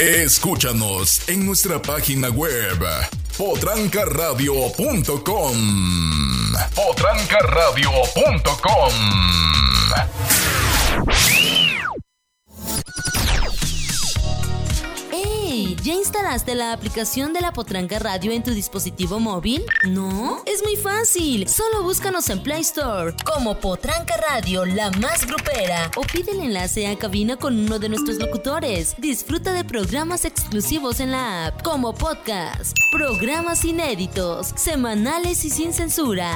Escúchanos en nuestra página web potrancaradio.com. Potrancaradio.com. ¡Ey! ¿Ya instalaste la aplicación de la Potranca Radio en tu dispositivo móvil? ¿No? Es muy fácil. Solo búscanos en Play Store como Potranca Radio, la más grupera. O pide el enlace a cabina con uno de nuestros locutores. Disfruta de programas exclusivos en la app, como podcast, programas inéditos, semanales y sin censura.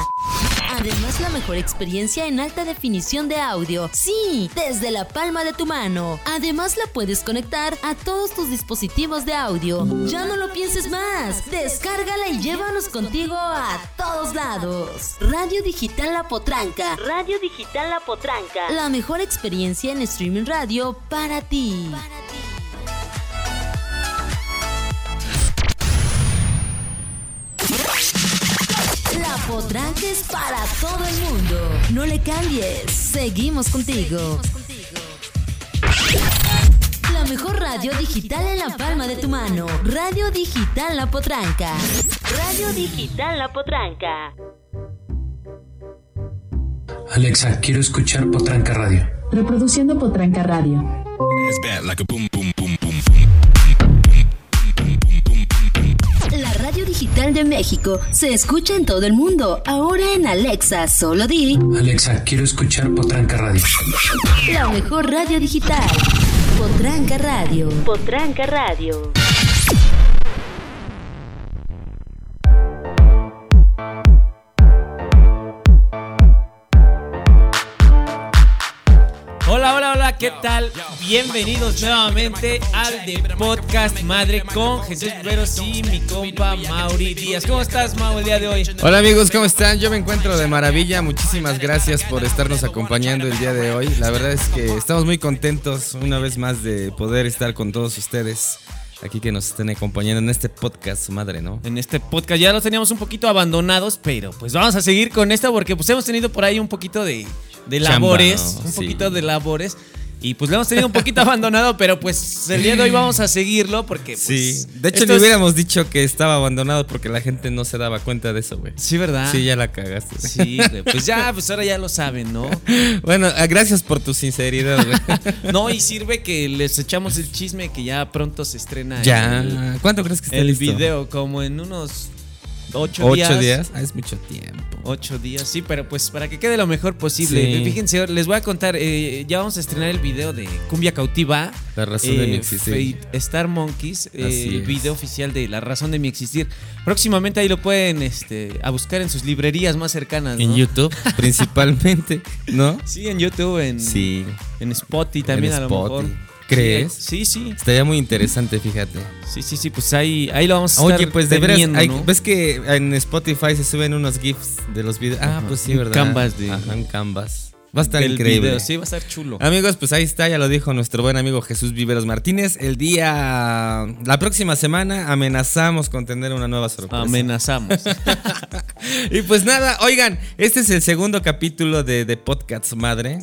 Además, la mejor experiencia en alta definición de audio. Sí, desde la palma de tu mano. Además, la puedes conectar a todos tus dispositivos de audio. Ya no lo pienses más. Descárgala y llévanos contigo a todos lados. Radio Digital La Potranca. Radio Digital La Potranca. La mejor experiencia en streaming radio para ti. La Potranca es para todo el mundo. No le cambies. Seguimos contigo. La mejor radio digital en la palma de tu mano. Radio Digital La Potranca. Radio Digital La Potranca. Alexa, quiero escuchar Potranca Radio. Reproduciendo Potranca Radio. It's bad like a boom, boom, boom, boom. La radio digital de México se escucha en todo el mundo. Ahora en Alexa, solo di. Alexa, quiero escuchar Potranca Radio. La mejor radio digital. Potranca Radio. Potranca Radio. Hola, hola, hola, ¿qué tal? Bienvenidos nuevamente al de Podcast Madre con Jesús Riveros y mi compa Mauri Díaz. ¿Cómo estás, Mau, el día de hoy? Hola amigos, ¿cómo están? Yo me encuentro de maravilla. Muchísimas gracias por estarnos acompañando el día de hoy. La verdad es que estamos muy contentos una vez más de poder estar con todos ustedes aquí que nos estén acompañando en este podcast, madre, ¿no? En este podcast ya los teníamos un poquito abandonados, pero pues vamos a seguir con esta porque pues hemos tenido por ahí un poquito de, de Chamba, labores, ¿no? un Sí. poquito de labores y pues lo hemos tenido un poquito abandonado, pero pues el día de hoy vamos a seguirlo porque pues, Sí. De hecho, esto le es- hubiéramos dicho que estaba abandonado porque la gente no se daba cuenta de eso, güey. Sí, ¿verdad? Sí, ya la cagaste. Sí, güey, pues ya, pues ahora ya lo saben, ¿no? Bueno, ah, gracias por tu sinceridad, güey. No, y sirve que les echamos el chisme que ya pronto se estrena el, ya. ¿Cuánto crees que esté el listo? video, como en unos ocho, ¿Ocho días? Ah, es mucho tiempo. Ocho días, sí, pero pues para que quede lo mejor posible. Sí. Fíjense, les voy a contar, eh, ya vamos a estrenar el video de Cumbia Cautiva. eh, La razón de mi existir. Fate- Star Monkeys, eh, Así el es. video oficial de La razón de mi existir. Próximamente ahí lo pueden este, a buscar en sus librerías más cercanas. ¿no? En YouTube, principalmente, ¿no? Sí, en YouTube, en, Sí. en Spotify también En a lo Spotify. mejor. ¿Crees? Sí, sí, Estaría muy interesante, fíjate. sí, sí, sí, pues ahí, ahí lo vamos a estar Oye, pues de veras, teniendo, hay- ¿no? ves que en Spotify se suben unos GIFs de los videos. Ah, Ajá. pues sí, Un ¿verdad? canvas de- Ajá, un canvas. Va a estar Del increíble. video, sí, va a estar chulo. Amigos, pues ahí está, ya lo dijo nuestro buen amigo Jesús Viveros Martínez. El día. La próxima semana amenazamos con tener una nueva sorpresa. Amenazamos. Y pues nada, oigan, este es el segundo capítulo de, de Podcast Madre,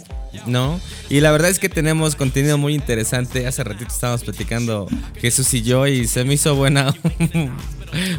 ¿no? Y la verdad es que tenemos contenido muy interesante. Hace ratito estábamos platicando Jesús y yo y se me hizo buena,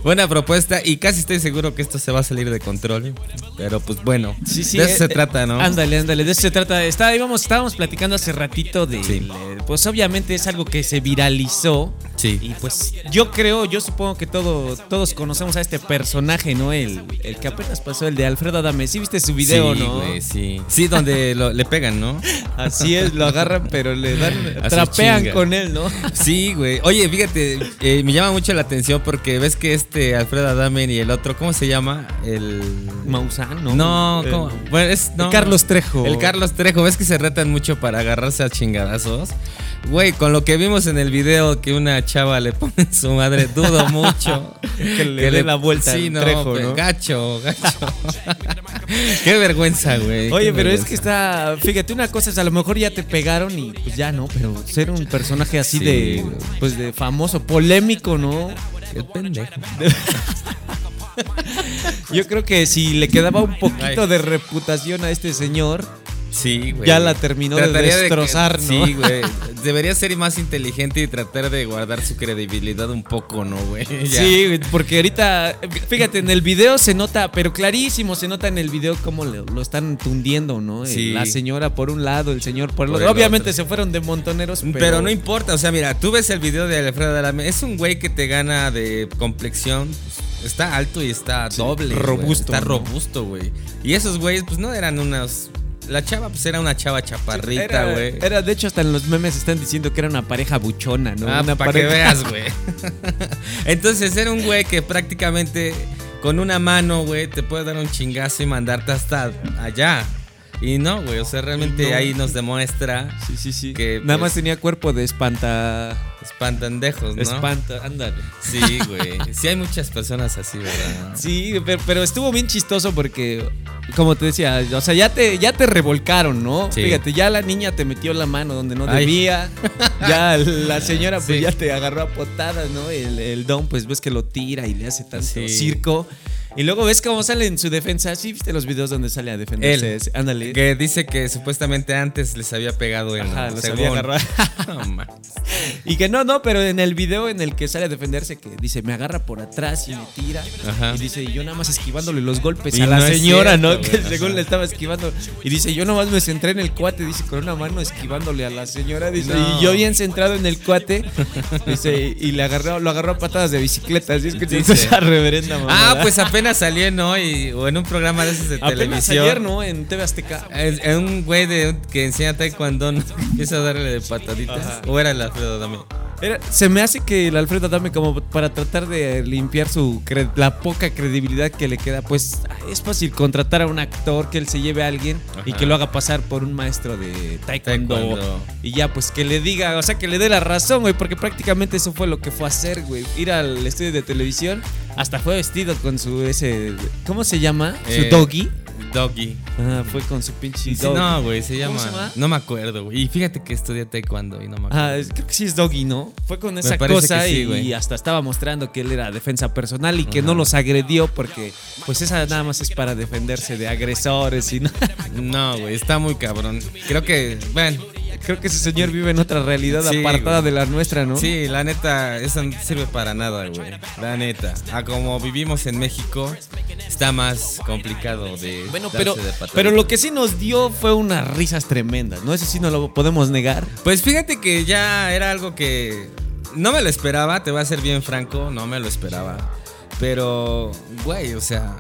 buena propuesta y casi estoy seguro que esto se va a salir de control. Pero pues bueno, Sí, sí, de eso eh, se eh, trata, ¿no? Ándale, ándale, de eso se trata. Está- íbamos- estábamos platicando hace ratito de. Sí. Pues obviamente es algo que se viralizó. Sí. Y pues yo creo, yo supongo que todo, todos conocemos a este personaje, ¿no? El, el que apenas pasó, el de Alfredo Adame. Sí, viste su video, sí, ¿no? güey, sí. Sí, donde lo- le pegan, ¿no? Así es, lo agarran, pero le dan. Así trapean chinga. con él, ¿no? Sí, güey. Oye, fíjate, eh, me llama mucho la atención porque ves que este Alfredo Adame y el otro, ¿cómo se llama? El. Maussan, ¿no? No, El- ¿cómo? Bueno, es, no. el Carlos Trejo. El Carlos Trejo, ¿ves que se retan mucho para agarrarse a chingadazos? Güey, con lo que vimos en el video que una chava le pone en su madre, dudo mucho. Que le dé la vuelta Sí, al no, Trejo, pues, ¿no? gacho, gacho. qué vergüenza, güey. Oye, qué pero es vergüenza. que está. Fíjate, una cosa es a lo mejor ya te pegaron y pues ya no, pero ser un personaje así Sí. de. Pues de famoso, polémico, ¿no? Qué pendejo. Yo creo que si le quedaba un poquito de reputación a este señor, Sí, güey. Ya la terminó de Trataría que- destrozar, ¿no? Sí, güey. Debería ser más inteligente y tratar de guardar su credibilidad un poco, ¿no, güey? Ya. Sí, güey, porque ahorita, fíjate, en el video se nota, pero clarísimo se nota en el video cómo lo, lo están tundiendo, ¿no? Eh, Sí. La señora por un lado, el señor por el Por otro. el Obviamente otro. se fueron de montoneros, pero, Pero, no importa, o sea, mira, tú ves el video de Alfredo Adame, es un güey que te gana de complexión, pues, está alto y está doble. güey, robusto, Está ¿no? robusto, güey. Y esos güeyes, pues no eran unas... La chava, pues era una chava chaparrita, Era, güey. era, de hecho, hasta en los memes están diciendo que era una pareja buchona, ¿no? Ah, una para que pareja- veas, güey. Entonces era un güey que prácticamente con una mano, güey, te puede dar un chingazo y mandarte hasta allá. Y no, güey, o sea, realmente Y no. ahí nos demuestra Sí, sí, sí. Que, Nada pues- más tenía cuerpo de espanta. espantandejos, ¿no? Espanta, ándale. sí, güey. Sí hay muchas personas así, ¿verdad? Sí, pero, pero estuvo bien chistoso porque, como te decía, o sea, ya te, ya te revolcaron, ¿no? Sí. Fíjate, ya la niña te metió la mano donde no Ay. debía. Ya la señora pues Sí. ya te agarró a potadas, ¿no? El, el don pues ves que lo tira y le hace tanto Sí. circo. Y luego ves cómo sale en su defensa. Sí, viste los videos donde sale a defenderse. Él. Ándale. Que dice que supuestamente antes les había pegado en Ajá, los según. había agarrado. No, man. Y que no, no, pero en el video en el que sale a defenderse, que dice, me agarra por atrás y me tira. Ajá. Y dice, y yo nada más esquivándole los golpes Y a la no es señora, cierto, ¿no? Que güey. según le estaba esquivando. Y dice, yo nomás me centré en el cuate, dice, con una mano esquivándole a la señora. Dice, No. y yo bien centrado en el cuate. Dice, y le agarró, lo agarró a patadas de bicicleta. Así es que dice, Dice. esa reverenda Ah, mamada. pues apenas salió en hoy o en un programa de esos de apenas televisión. ayer, ¿no? En TV Azteca. Es es un güey de, que enseña taekwondo ¿no? empieza a darle de pataditas. O era el Alfredo también. Era- se me hace que el Alfredo Adame como para tratar de limpiar su cre- la poca credibilidad que le queda, pues es fácil contratar a un actor que él se lleve a alguien y Ajá. que lo haga pasar por un maestro de taekwondo, Taekwondo. y ya pues que le diga, o sea, que le dé la razón, güey, porque prácticamente eso fue lo que fue a hacer, güey, ir al estudio de televisión, hasta fue vestido con su ese ¿cómo se llama? Eh, su doggy. Doggy. Ah, fue con su pinche Sí, doggy. no, güey, se llama. ¿Cómo se llama? No me acuerdo, güey. Y fíjate que estudié taekwondo y no me acuerdo. Ah, es- creo que sí es Doggy, ¿no? Fue con esa parece que cosa sí, y- y, güey. hasta estaba mostrando que él era defensa personal y que no los agredió porque pues esa nada más es para defenderse de agresores y no. No, güey, está muy cabrón. Creo que, bueno, Creo que ese señor vive en otra realidad Sí, apartada güey. de la nuestra, ¿no? sí, la neta, eso no sirve para nada, güey. La neta. A como vivimos en México, está más complicado de. Bueno, darse pero, de pataditas. pero lo que sí nos dio fue unas risas tremendas, ¿no? Eso sí no lo podemos negar. Pues fíjate que ya era algo que no me lo esperaba, te voy a ser bien franco, no me lo esperaba. Pero, güey, o sea,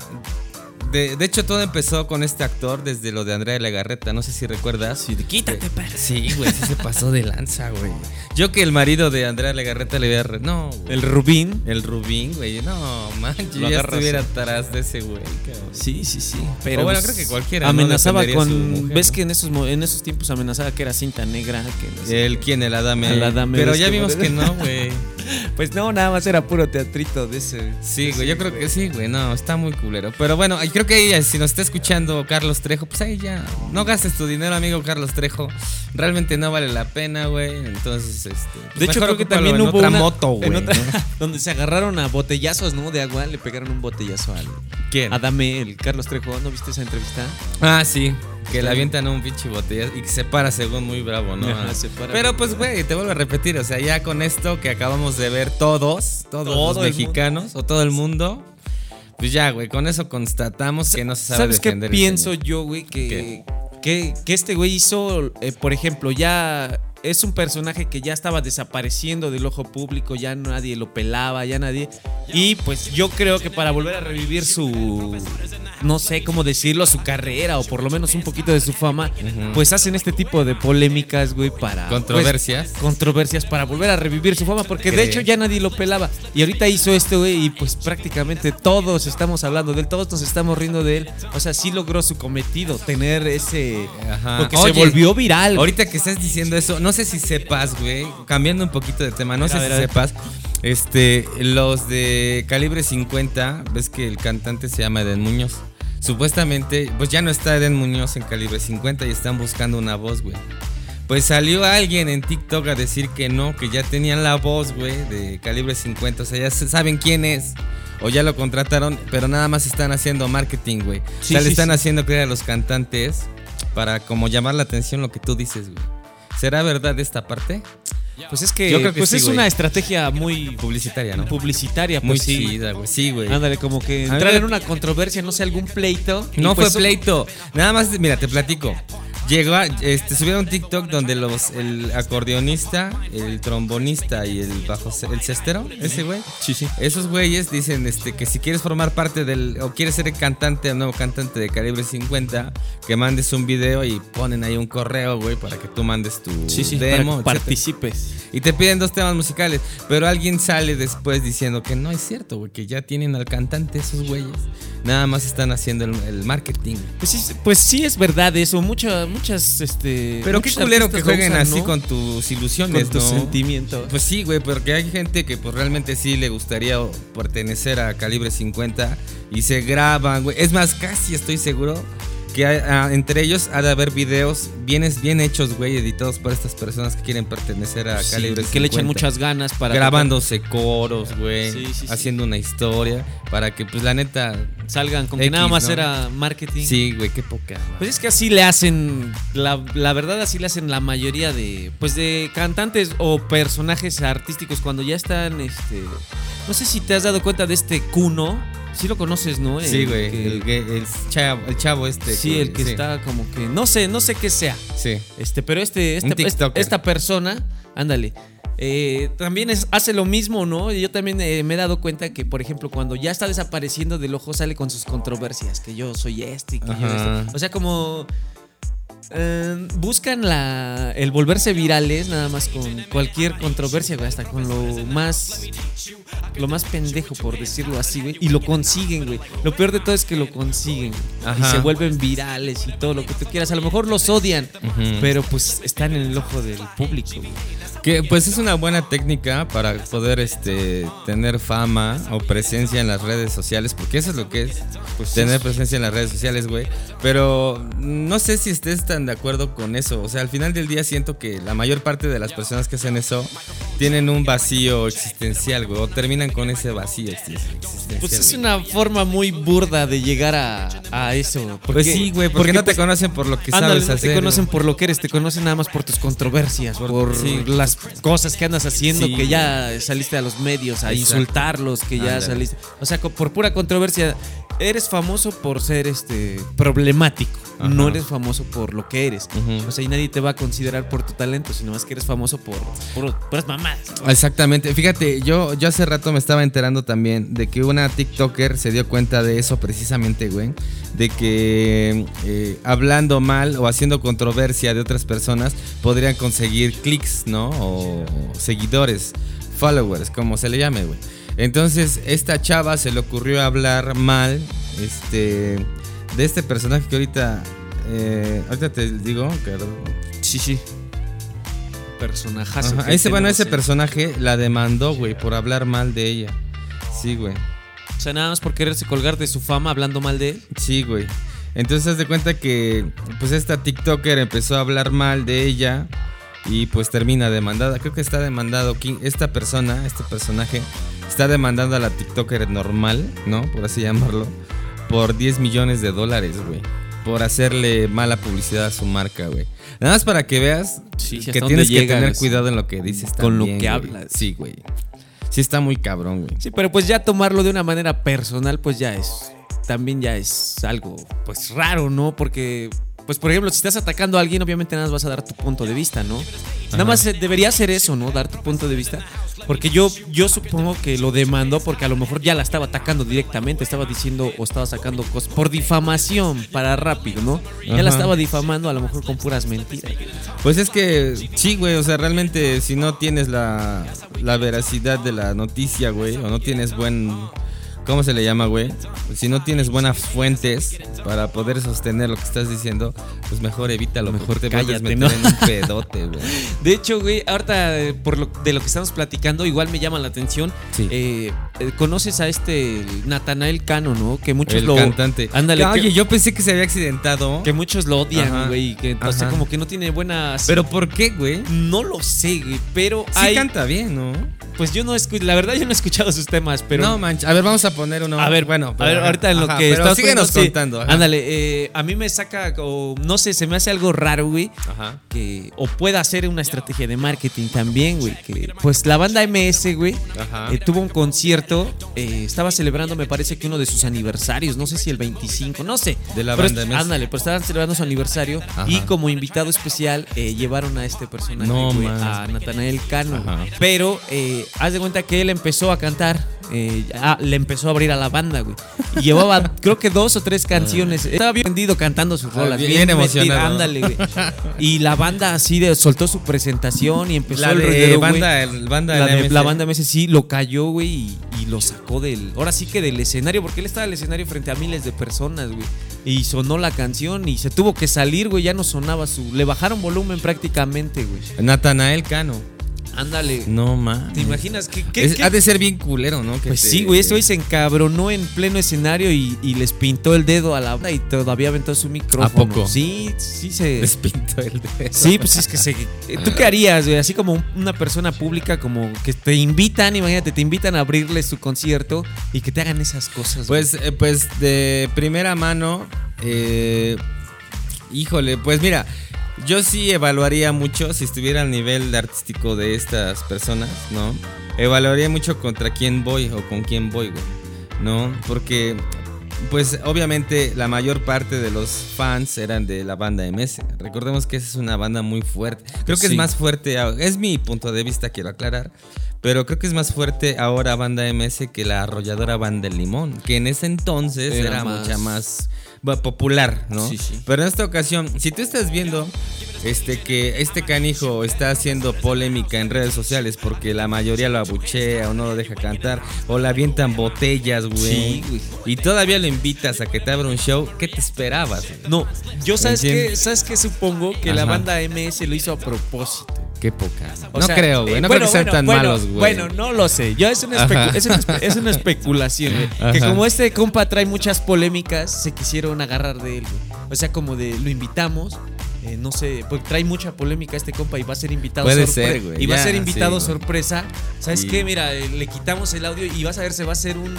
de, de hecho todo empezó con este actor desde lo de Andrea Legarreta, no sé si recuerdas. Sí, quítate, Sí, güey, sí se pasó de lanza, güey. Yo que el marido de Andrea Legarreta le había... re- No, güey. El Rubín. El Rubín, güey. No, man, yo Lo ya agarras. estuviera atrás de ese güey, cabrón. Sí, sí, sí. O bueno, creo que cualquiera, ¿no? pues, Amenazaba Defendería a su con. mujer, ¿Ves ¿no? que en esos, mo- en esos tiempos amenazaba que era cinta negra? Que no sé El quién, el Adame. El Adame, Pero ves ya que vimos madre. que no, güey. Pues no, nada más era puro teatrito de ese. Sí, güey, yo creo que sí, güey, no, está muy culero. Pero bueno, ahí creo que ahí, eh, si nos está escuchando Carlos Trejo, pues ahí ya, no gastes tu dinero, amigo Carlos Trejo. Realmente no vale la pena, güey. Entonces, este. pues De hecho, creo mejor que ocúpalo también en hubo otra una- moto, güey. en otra- ¿no? donde se agarraron a botellazos, ¿no? De agua, le pegaron un botellazo al ¿Quién? Adame, el Carlos Trejo, ¿no viste esa entrevista? Ah, sí. Que le avientan un pinche botella y que se para según muy bravo, ¿no? Ajá, se para Pero muy pues, bravo. güey, te vuelvo a repetir, o sea, ya con esto que acabamos de ver todos, todos Todo el los mexicanos o todo el mundo, pues ya, güey, con eso constatamos que no se sabe ¿Sabes qué defender el pienso señor. yo, güey? Que, que, que este güey hizo, eh, por ejemplo, ya es un personaje que ya estaba desapareciendo del ojo público, ya nadie lo pelaba, ya nadie. Y pues yo creo que para volver a revivir su, no sé cómo decirlo, su carrera o por lo menos un poquito de su fama, pues hacen este tipo de polémicas, güey, para... pues, Controversias. controversias para volver a revivir su fama, porque de Creo. hecho ya nadie lo pelaba. Y ahorita hizo esto, güey, y pues prácticamente todos estamos hablando de él, todos nos estamos riendo de él. O sea, sí logró su cometido, tener ese... Ajá. Porque Oye, se volvió viral. güey. Ahorita que estás diciendo eso, no sé si sepas, güey, cambiando un poquito de tema, no Mira, sé a ver, si a ver. sepas, este, los de calibre 50, ves que el cantante se llama Eden Muñoz. Supuestamente, pues ya no está Eden Muñoz en calibre 50 y están buscando una voz, güey. Pues salió alguien en TikTok a decir que no, que ya tenían la voz, güey, de calibre 50. O sea, ya se- saben quién es. O ya lo contrataron, pero nada más están haciendo marketing, güey. o Sí, sea, le sí, están sí. haciendo creer a los cantantes para como llamar la atención lo que tú dices, güey. ¿Será verdad esta parte? Pues es que, Yo creo que pues sí, es güey. una estrategia muy Publicitaria, ¿no? publicitaria, Muy pues sí. chida, güey. Sí, güey. Ándale, como que A mí entrar me- en una controversia, no sé, algún pleito. y No pues, fue pleito. Nada más, mira, te platico. Llegó a- este, subieron un TikTok donde los, el acordeonista, el trombonista y el bajo, ce- el cestero, ese güey. Sí, sí. Esos güeyes dicen este, que si quieres formar parte del, o quieres ser el cantante, el nuevo cantante de Calibre 50, que mandes un video y ponen ahí un correo, güey, para que tú mandes tu Sí, sí, para demo. que etcétera. participes. Y te piden dos temas musicales, pero alguien sale después diciendo que no es cierto, güey, que ya tienen al cantante esos güeyes. Nada más están haciendo el, el marketing. Pues sí, pues sí es verdad eso. Muchas, muchas, este. Pero qué muchos culero artistas que lo jueguen usan, así ¿no? con tus ilusiones, Con tus ¿no? sentimientos. Pues sí, güey, porque hay gente que pues realmente sí le gustaría o, pertenecer a Calibre 50 y se graban, güey. Es más, casi estoy seguro que hay- ah, entre ellos ha de haber videos bienes bien hechos, güey, editados por estas personas que quieren pertenecer a Sí, Calibre 50. que le echan muchas ganas para. grabándose coros, güey, Sí, sí, sí. haciendo una historia para que pues la neta que Salgan, con que X, nada más ¿no? era marketing. Sí, güey, qué poca. madre. Pues es que así le hacen, la, la verdad así le hacen la mayoría de, pues de cantantes o personajes artísticos cuando ya están, este, no sé si te has dado cuenta de este Kuno, sí lo conoces, ¿no? El sí, güey, que- el, que- el chavo, el chavo este. sí, el que está como que, no sé, no sé qué sea, Sí. este, pero este, Un este esta, tiktoker. esta persona, ándale. eh, también es- hace lo mismo, ¿no? Y Yo también eh, me he dado cuenta que, por ejemplo, cuando ya está desapareciendo del ojo, sale con sus controversias, que yo soy este y que yo Ajá. este. O sea, como eh, buscan la, el volverse virales nada más con cualquier controversia, güey, hasta con lo más lo más pendejo por decirlo así, güey, y lo consiguen, güey. Lo peor de todo es que lo consiguen güey, y Ajá. se vuelven virales y todo lo que tú quieras. A lo mejor los odian, pero pues están en el ojo del público, güey. Que pues es una buena técnica para poder este tener fama o presencia en las redes sociales, porque eso es lo que es, pues, tener presencia en las redes sociales, güey. Pero no sé si estés tan de acuerdo con eso, o sea, al final del día siento que la mayor parte de las personas que hacen eso tienen un vacío existencial, güey, o terminan con ese vacío existen- existencial. Pues es güey. una forma muy burda de llegar a, a eso. Porque, Pues sí, güey, porque, no te pues, conocen por lo que ándale, sabes no hacer. te conocen güey. por lo que eres, te conocen nada más por tus controversias, por, sí. las cosas que andas haciendo, Sí. que ya saliste a los medios a Exacto. insultarlos, que ya Ándale. saliste. O sea, co- por pura controversia, eres famoso por ser este problemático. Ajá. No eres famoso por lo que eres. Ujú. O sea, y nadie te va a considerar por tu talento, sino más que eres famoso por, por puras mamadas. Exactamente. Fíjate, yo, yo hace rato me estaba enterando también de que una TikToker se dio cuenta de eso precisamente, güey. De que eh, hablando mal o haciendo controversia de otras personas podrían conseguir clics, ¿no? O seguidores, followers, como se le llame, güey. Entonces, esta chava se le ocurrió hablar mal este, de este personaje que ahorita. eh, ahorita te digo, Carlos. Sí, sí. Personajazo. Ajá, que ese, bueno, tenemos, ese eh. personaje la demandó, güey, por hablar mal de ella. Sí, güey. O sea, nada más por quererse colgar de su fama hablando mal de él. Sí, güey. Entonces, haz de cuenta que, pues, esta TikToker empezó a hablar mal de ella y, pues, termina demandada. Creo que está demandado. qui- Esta persona, este personaje, está demandando a la TikToker normal, ¿no? Por así llamarlo, por 10 millones de dólares, güey. Por hacerle mala publicidad a su marca, güey. Nada más para que veas Sí, sí, que hasta dónde tienes que llegan, tener sí. cuidado en lo que dices Con lo también, que güey. hablas. Sí, güey. Sí está muy cabrón, güey. Sí, pero pues ya tomarlo de una manera personal, pues ya es. También ya es algo, pues raro, ¿no? Porque, pues por ejemplo, si estás atacando a alguien, obviamente nada más vas a dar tu punto de vista, ¿no? Nada más eh, debería ser eso, ¿no? Dar tu punto de vista. Porque yo, yo supongo que lo demandó porque a lo mejor ya la estaba atacando directamente, estaba diciendo o estaba sacando cosas por difamación para rápido, ¿no? Ya Ajá. la estaba difamando a lo mejor con puras mentiras. Pues es que sí, güey, o sea, realmente si no tienes la, la veracidad de la noticia, güey, o no tienes buen... ¿Cómo se le llama, güey? Si no tienes buenas fuentes para poder sostener lo que estás diciendo, pues mejor evítalo, Mejor porque te puedes cállate, meter ¿no? en un pedote, güey. De hecho, güey, ahorita eh, por lo, de lo que estamos platicando, igual me llama la atención. Sí. eh, eh, conoces a este Natanael Cano, ¿no? Que muchos el lo. cantante. Ándale, Oye, que, yo pensé que se había accidentado. que muchos lo Ajá, odian, güey. y Que entonces, ajá. como que no tiene buenas. Pero ¿por qué, güey? Sí no lo sé, güey. Pero hay. canta bien, ¿no? Pues yo no escucho. La verdad, yo no he escuchado sus temas, pero. no, mancha. A ver, vamos a poner uno. a ver, bueno. bueno, pero- ahorita en lo Ajá, que pero estás síguenos poniendo, sí. contando. ajá. Ándale, eh, a mí me saca, o no sé, se me hace algo raro, güey. Ajá. que o pueda hacer una estrategia de marketing también, güey. Que, pues la banda MS, güey, Ajá. eh, tuvo un concierto, eh, estaba celebrando, me parece que uno de sus aniversarios, no sé si el 25, no sé. De la Pero banda est- MS. Ándale, pero estaban celebrando su aniversario Ajá. y como invitado especial eh, llevaron a este personaje, No güey, más. a Natanael Cano. Ajá. güey. Pero eh, haz de cuenta que él empezó a cantar. eh, ah, le empezó a abrir a la banda, güey. Y llevaba, creo que dos o tres canciones. Estaba bien vendido cantando sus Ah, rolas. bien emocionado, metido, ¿no? Ándale, güey. Y la banda así de, soltó su presentación y empezó La el de reguero, güey. banda- el- banda la, del de- MC. la banda MS sí lo cayó, güey, y, y lo sacó del. Ahora sí que del escenario, porque él estaba en el escenario frente a miles de personas, güey. Y sonó la canción y se tuvo que salir, güey. Ya no sonaba su. Le bajaron volumen prácticamente, güey. Natanael Cano. Ándale. No, man. ¿Te imaginas qué, qué- Es- qué- Ha de ser bien culero, ¿no? Que Pues te- sí, güey, ese güey se encabronó en pleno escenario y, y les pintó el dedo a la banda y todavía aventó su micrófono. poco? Sí, sí se. Les pinto el dedo. Sí, pues es que se. ¿Tú qué harías, güey? Así como una persona pública, como que te invitan, imagínate, te invitan a abrirles su concierto y que te hagan esas cosas. güey. Pues, eh, pues de primera mano, eh, híjole, pues mira, yo sí evaluaría mucho si estuviera al nivel artístico de estas personas, ¿no? Evaluaría mucho contra quién voy o con quién voy, güey, ¿no? Porque, pues obviamente la mayor parte de los fans eran de la banda MS. Recordemos que esa es una banda muy fuerte. Creo que es Sí. más fuerte, a- es mi punto de vista, quiero aclarar. Pero creo que es más fuerte ahora Banda MS que la arrolladora Banda El Limón, que en ese entonces era, Era más- mucha más va, popular, ¿no? Sí, sí. Pero en esta ocasión, si tú estás viendo este que este canijo está haciendo polémica en redes sociales porque la mayoría lo abuchea o no lo deja cantar o le avientan botellas, güey. Sí, güey. Y todavía lo invitas a que te abra un show, ¿qué te esperabas? güey? no, yo sabes Entiendo. que, sabes que supongo que la Ajá. banda MS lo hizo a propósito. Qué poca. O no sea, creo, güey. eh, No bueno, creo que sean bueno, tan bueno, malos, güey. Bueno, no lo sé. Yo es una, especu- Ajá. es una espe- es una especulación, güey. Ajá. Que como este compa trae muchas polémicas, se quisieron agarrar de él, güey. O sea, como de lo invitamos. eh, no sé, porque trae mucha polémica este compa y va a ser invitado Puede sorpre- ser, güey, Y va a ya, ser invitado sí, güey. sorpresa. ¿Sabes Y- qué? Mira, eh, le quitamos el audio y vas a ver, se va a hacer un.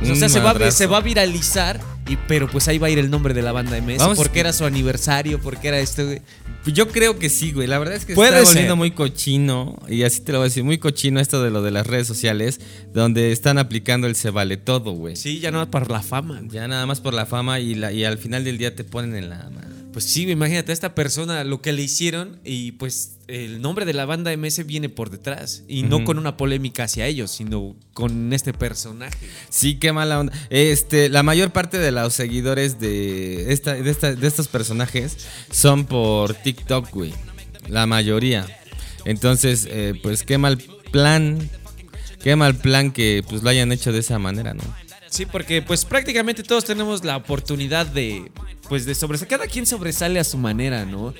O sea, Un se, va, a- madrazo. se va a viralizar, y, pero pues ahí va a ir el nombre de la banda MS. Vamos- porque era su aniversario, porque era esto. güey. Pues Yo creo que sí, güey. La verdad es que Puede se está volviendo ser. muy cochino. Y así te lo voy a decir, muy cochino esto de lo de las redes sociales, donde están aplicando el se vale todo, güey. Sí, ya no va para la fama. güey. Ya nada más por la fama y, la, y al final del día te ponen en la mano. Pues sí, güey, imagínate a esta persona lo que le hicieron y pues el nombre de la banda MS viene por detrás y no Ujú. con una polémica hacia ellos, sino con este personaje. Sí, qué mala onda. Este, la mayor parte de los seguidores de, esta, de, esta- de estos personajes son por TikTok, güey. La mayoría. Entonces, eh, pues qué mal plan. Qué mal plan que pues lo hayan hecho de esa manera, ¿no? Sí, porque pues prácticamente todos tenemos la oportunidad de pues de sobresalir. Cada quien sobresale a su manera, ¿no?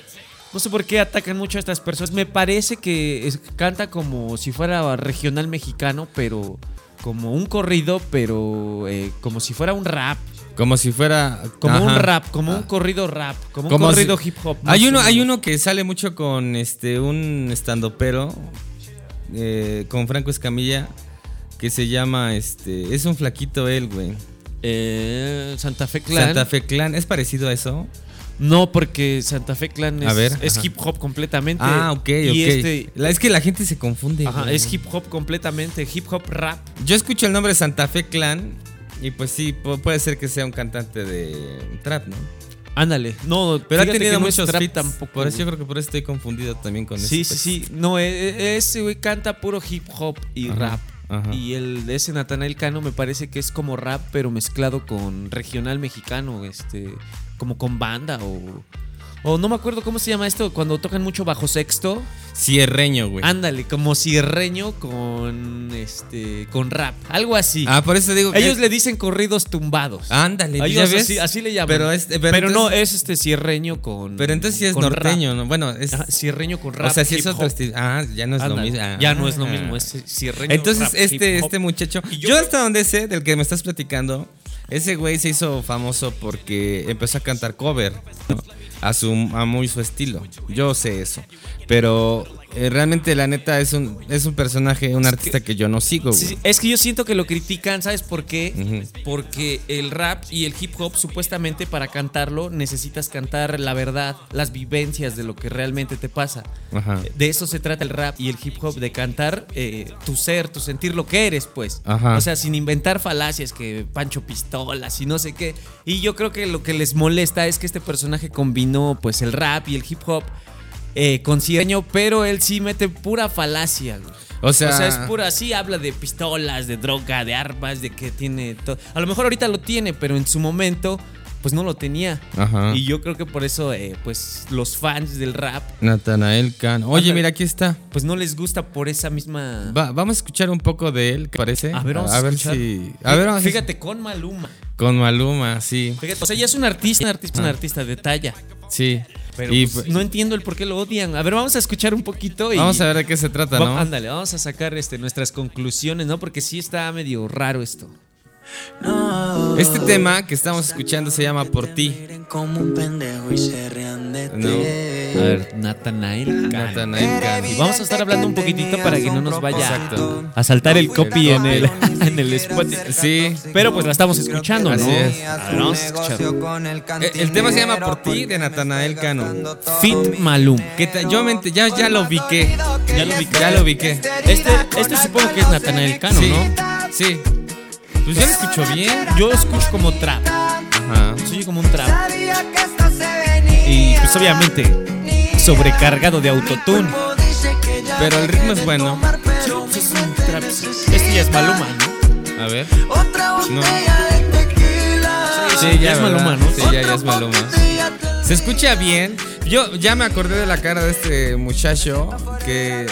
No sé por qué atacan mucho a estas personas. Me parece que es- canta como si fuera regional mexicano, pero como un corrido, pero eh, como si fuera un rap. Como si fuera Como un ajá. rap, como Ah. un corrido rap, como, Como un corrido si- hip hop. más Hay uno, o hay menos. uno que sale mucho con este un estandopero eh, con Franco Escamilla que se llama este es un flaquito él, güey. Eh, Santa Fe Clan. Santa Fe Clan, ¿es parecido a eso? No, porque Santa Fe Clan es, A ver, es ajá. hip hop completamente. Ah, ok, ok. Y este. La- es que la gente se confunde. ajá, güey. es hip hop completamente, hip hop rap. Yo escucho el nombre Santa Fe Clan y pues sí, pu- puede ser que sea un cantante de trap, ¿no? Ándale. No, fíjate Pero ha tenido que no es muchos trap feats, tampoco. Por eso yo güey. creo que por eso estoy confundido también con Sí, ese, sí, pues. sí. No, e- e- ese güey canta puro hip hop y Ajá, rap. ajá. Y el de ese Natanael Cano me parece que es como rap, pero mezclado con regional mexicano, este, como con banda o. O no me acuerdo cómo se llama esto, cuando tocan mucho bajo sexto. Cierreño, güey. Ándale, como cierreño con este con rap, algo así. Ah, por eso te digo que. Ellos le dicen corridos tumbados. Ándale, Ellos ¿ya ves? Así, así le llaman. Pero, este- pero Pero no, entonces- es este cierreño con. Pero entonces sí es con rap. norteño, ¿no? Bueno, es. Ajá, cierreño con rap. o sea, sí es hip otro hop. estilo. Ah, ya no es lo Ándale, mismo. Ah. Ya no es lo mismo, es cierreño. Entonces, rap, este, hip hop. este muchacho. Y Yo, yo- hasta donde sé, del que me estás platicando, ese güey se hizo famoso porque empezó a cantar cover. ¿no? A, su, a muy su estilo. Yo sé eso. Pero eh, realmente, la neta, es un, es un personaje, un artista que, yo no sigo, güey. Sí, sí, es que yo siento que lo critican, ¿sabes por qué? Ujú. Porque el rap y el hip hop, supuestamente para cantarlo, necesitas cantar la verdad, las vivencias de lo que realmente te pasa. Ajá. De eso se trata el rap y el hip hop, de cantar eh, tu ser, tu sentir lo que eres, pues. Ajá. O sea, sin inventar falacias que Pancho Pistolas y no sé qué. Y yo creo que lo que les molesta es que este personaje combinó pues el rap y el hip hop eh, con cierreño, pero él sí mete pura falacia. güey. O sea- es pura, sí habla de pistolas, de droga, de armas, de que tiene todo. A lo mejor ahorita lo tiene, pero en su momento pues no lo tenía. Ajá. Y yo creo que por eso eh, pues los fans del rap Natanael Can. Oye, Ándale. mira, aquí está. pues no les gusta por esa misma. Va- vamos a escuchar un poco de él, ¿qué parece? A ver, vamos a escuchar. si. A ver, vamos a- Fíjate, con Maluma. Con Maluma, sí. Fíjate, o sea, ya es un artista, un artista, un artista de talla. Sí. Pero Ah. Y pues, pues, no entiendo el por qué lo odian. A ver, vamos a escuchar un poquito y. Vamos a ver de qué se trata, Va- ah, ¿no? Ándale, vamos a sacar este, nuestras conclusiones, ¿no? Porque sí está medio raro esto. Este tema que estamos escuchando se llama Por ti. Como un pendejo y se rían de No. A ver, Natanael. Cano. Natanael Cano. Y vamos a estar hablando un poquitito para que no nos vaya Exacto. a saltar el copy en el, copy. en el Spotify. Sí. Pero pues la estamos escuchando, ¿no? Así es. A ver, vamos a escucharlo. Eh, El tema se llama Por ti de Natanael Cano. Fit Malum. Que ta- yo me ente- ya, ya lo ubiqué. Ya lo ubiqué. Ya lo ubiqué. Este, este supongo que es Natanael Cano, sí. ¿no? Sí. Pues yo lo escucho bien. Yo escucho como trap. Ajá. Soy como un trap. Y pues obviamente sobrecargado de autotune. Pero el ritmo es bueno. Es un trap. Este ya es Maluma, ¿no? A ver. No. Sí, ya es ¿verdad? Maluma, ¿no? Sí, ya, ya es Maluma. Se escucha bien. Yo ya me acordé de la cara de este muchacho que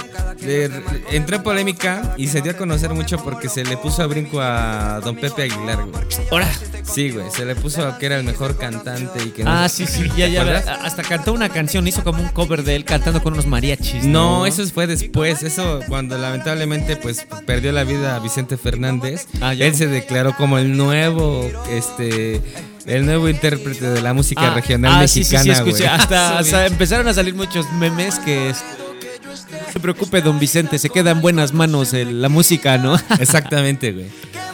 le- entró en polémica y se dio a conocer mucho porque se le puso a brinco a Don Pepe Aguilar, güey. Ahora. Sí, güey, se le puso a que era el mejor cantante y que no- Ah, sí, sí, ya, ya. ¿Recuerdas? a- Hasta cantó una canción, hizo como un cover de él cantando con unos mariachis. No, eso fue después, eso cuando lamentablemente pues perdió la vida Vicente Fernández, Ah, ya. él se declaró como el nuevo este el nuevo intérprete de la música Ah, regional ah, sí, sí, mexicana, sí, güey. escuché. Hasta, Sí, hasta empezaron a salir muchos memes que es- No se preocupe, don Vicente, se queda en buenas manos el- la música, ¿no? Exactamente, güey.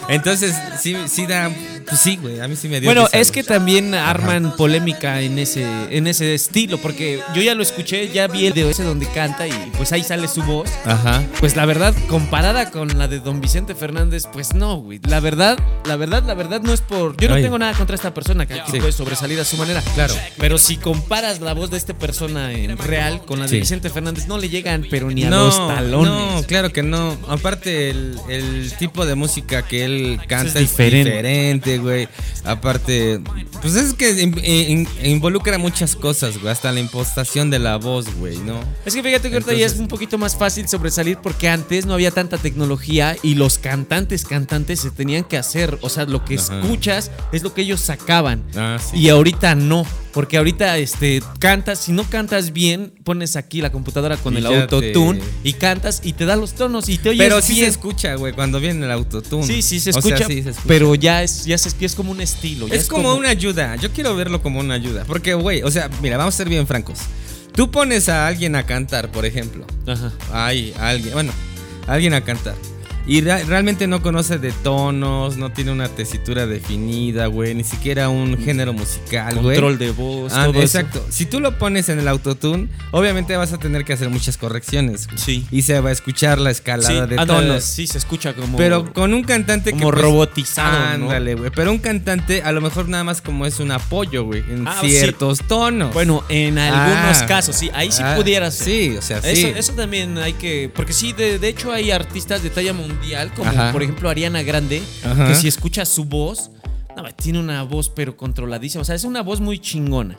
Entonces, sí, sí da. Pues sí, güey. A mí sí me dio. Bueno, risa, es que güey. también arman polémica en ese, en ese estilo, porque yo ya lo escuché, ya vi el de ese donde canta y pues ahí sale su voz. Ajá. Pues la verdad, comparada con la de Don Vicente Fernández, pues no, güey. La verdad, la verdad, la verdad no es por. Yo no Oye. tengo nada contra esta persona, que aquí Sí. puede sobresalir a su manera. Claro. Pero si comparas la voz de esta persona en real con la de Sí. Vicente Fernández, no le llegan, pero ni a No, los talones. no, claro que no. Aparte, el, el tipo de música que él canta es, es diferente. diferente, güey. Aparte, pues es que in- in- involucra muchas cosas, güey. Hasta la impostación de la voz, güey, ¿no? Es que fíjate que ahorita ya es Entonces- un poquito más fácil sobresalir porque antes no había tanta tecnología y los cantantes, cantantes se tenían que hacer. O sea, lo que Ajá. escuchas es lo que ellos sacaban. Ah, sí. Y ahorita no, porque ahorita este, cantas, si no cantas bien, pones aquí la computadora con Y el ya autotune te- y cantas y te da los tonos y te oyes Pero sí se bien. escucha, güey, cuando viene el autotune. Sí, sí se O sea, escucha, sí se escucha. pero ya es, ya se, es como un estilo. ya Es como una ayuda. Yo quiero verlo como una ayuda. Porque, güey, o sea, mira, vamos a ser bien francos. Tú pones a alguien a cantar, por ejemplo. Ajá. Ay, alguien, bueno, alguien a cantar. Y re- realmente no conoce de tonos, no tiene una tesitura definida, güey, ni siquiera un género musical, güey. Control de voz, Ah, todo eso. exacto. Si tú lo pones en el autotune, obviamente vas a tener que hacer muchas correcciones. güey. Sí. Y se va a escuchar la escalada Sí, de ándale, tonos. sí, se escucha como. Pero con un cantante Como que. pues, robotizado, ¿no? Ándale, güey. Pero un cantante, a lo mejor nada más como es un apoyo, güey. En Ah, sí. ciertos tonos. Bueno, en algunos casos, sí, ahí sí ah, pudieras. Sí, o sea, Eso, sí. eso también hay que. Porque sí, de, de hecho hay artistas de talla mundial, como Ajá. por ejemplo Ariana Grande, Ajá. que si escuchas su voz, no, tiene una voz pero controladísima. O sea, es una voz muy chingona.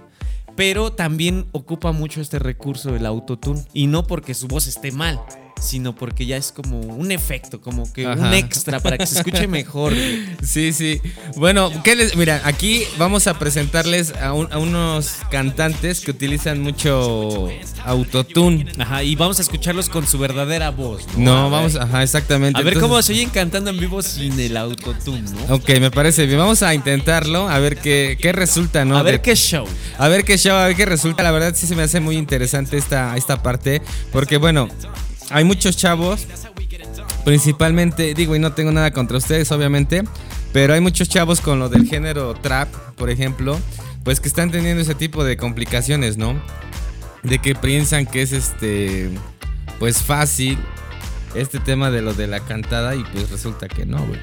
Pero también ocupa mucho este recurso del autotune. Y no porque su voz esté mal, sino porque ya es como un efecto, como que un Ajá. extra para que se escuche mejor. güey. Sí, sí. Bueno, ¿qué les- mira, aquí vamos a presentarles a, un- a unos cantantes que utilizan mucho autotune. Ajá, y vamos a escucharlos con su verdadera voz. No, ver. vamos, ajá, exactamente. A ver Entonces- cómo se oyen cantando en vivo sin el autotune, ¿no? Ok, me parece bien. Vamos a intentarlo, a ver qué, qué resulta, ¿no? a ver De- qué show. A ver qué show, a ver qué resulta. La verdad sí se me hace muy interesante esta, esta parte. Porque bueno, hay muchos chavos. Principalmente, digo, y no tengo nada contra ustedes, obviamente. Pero hay muchos chavos con lo del género trap, por ejemplo. Pues que están teniendo ese tipo de complicaciones, ¿no? De que piensan que es este. Pues fácil. Este tema de lo de la cantada. Y pues resulta que no, güey.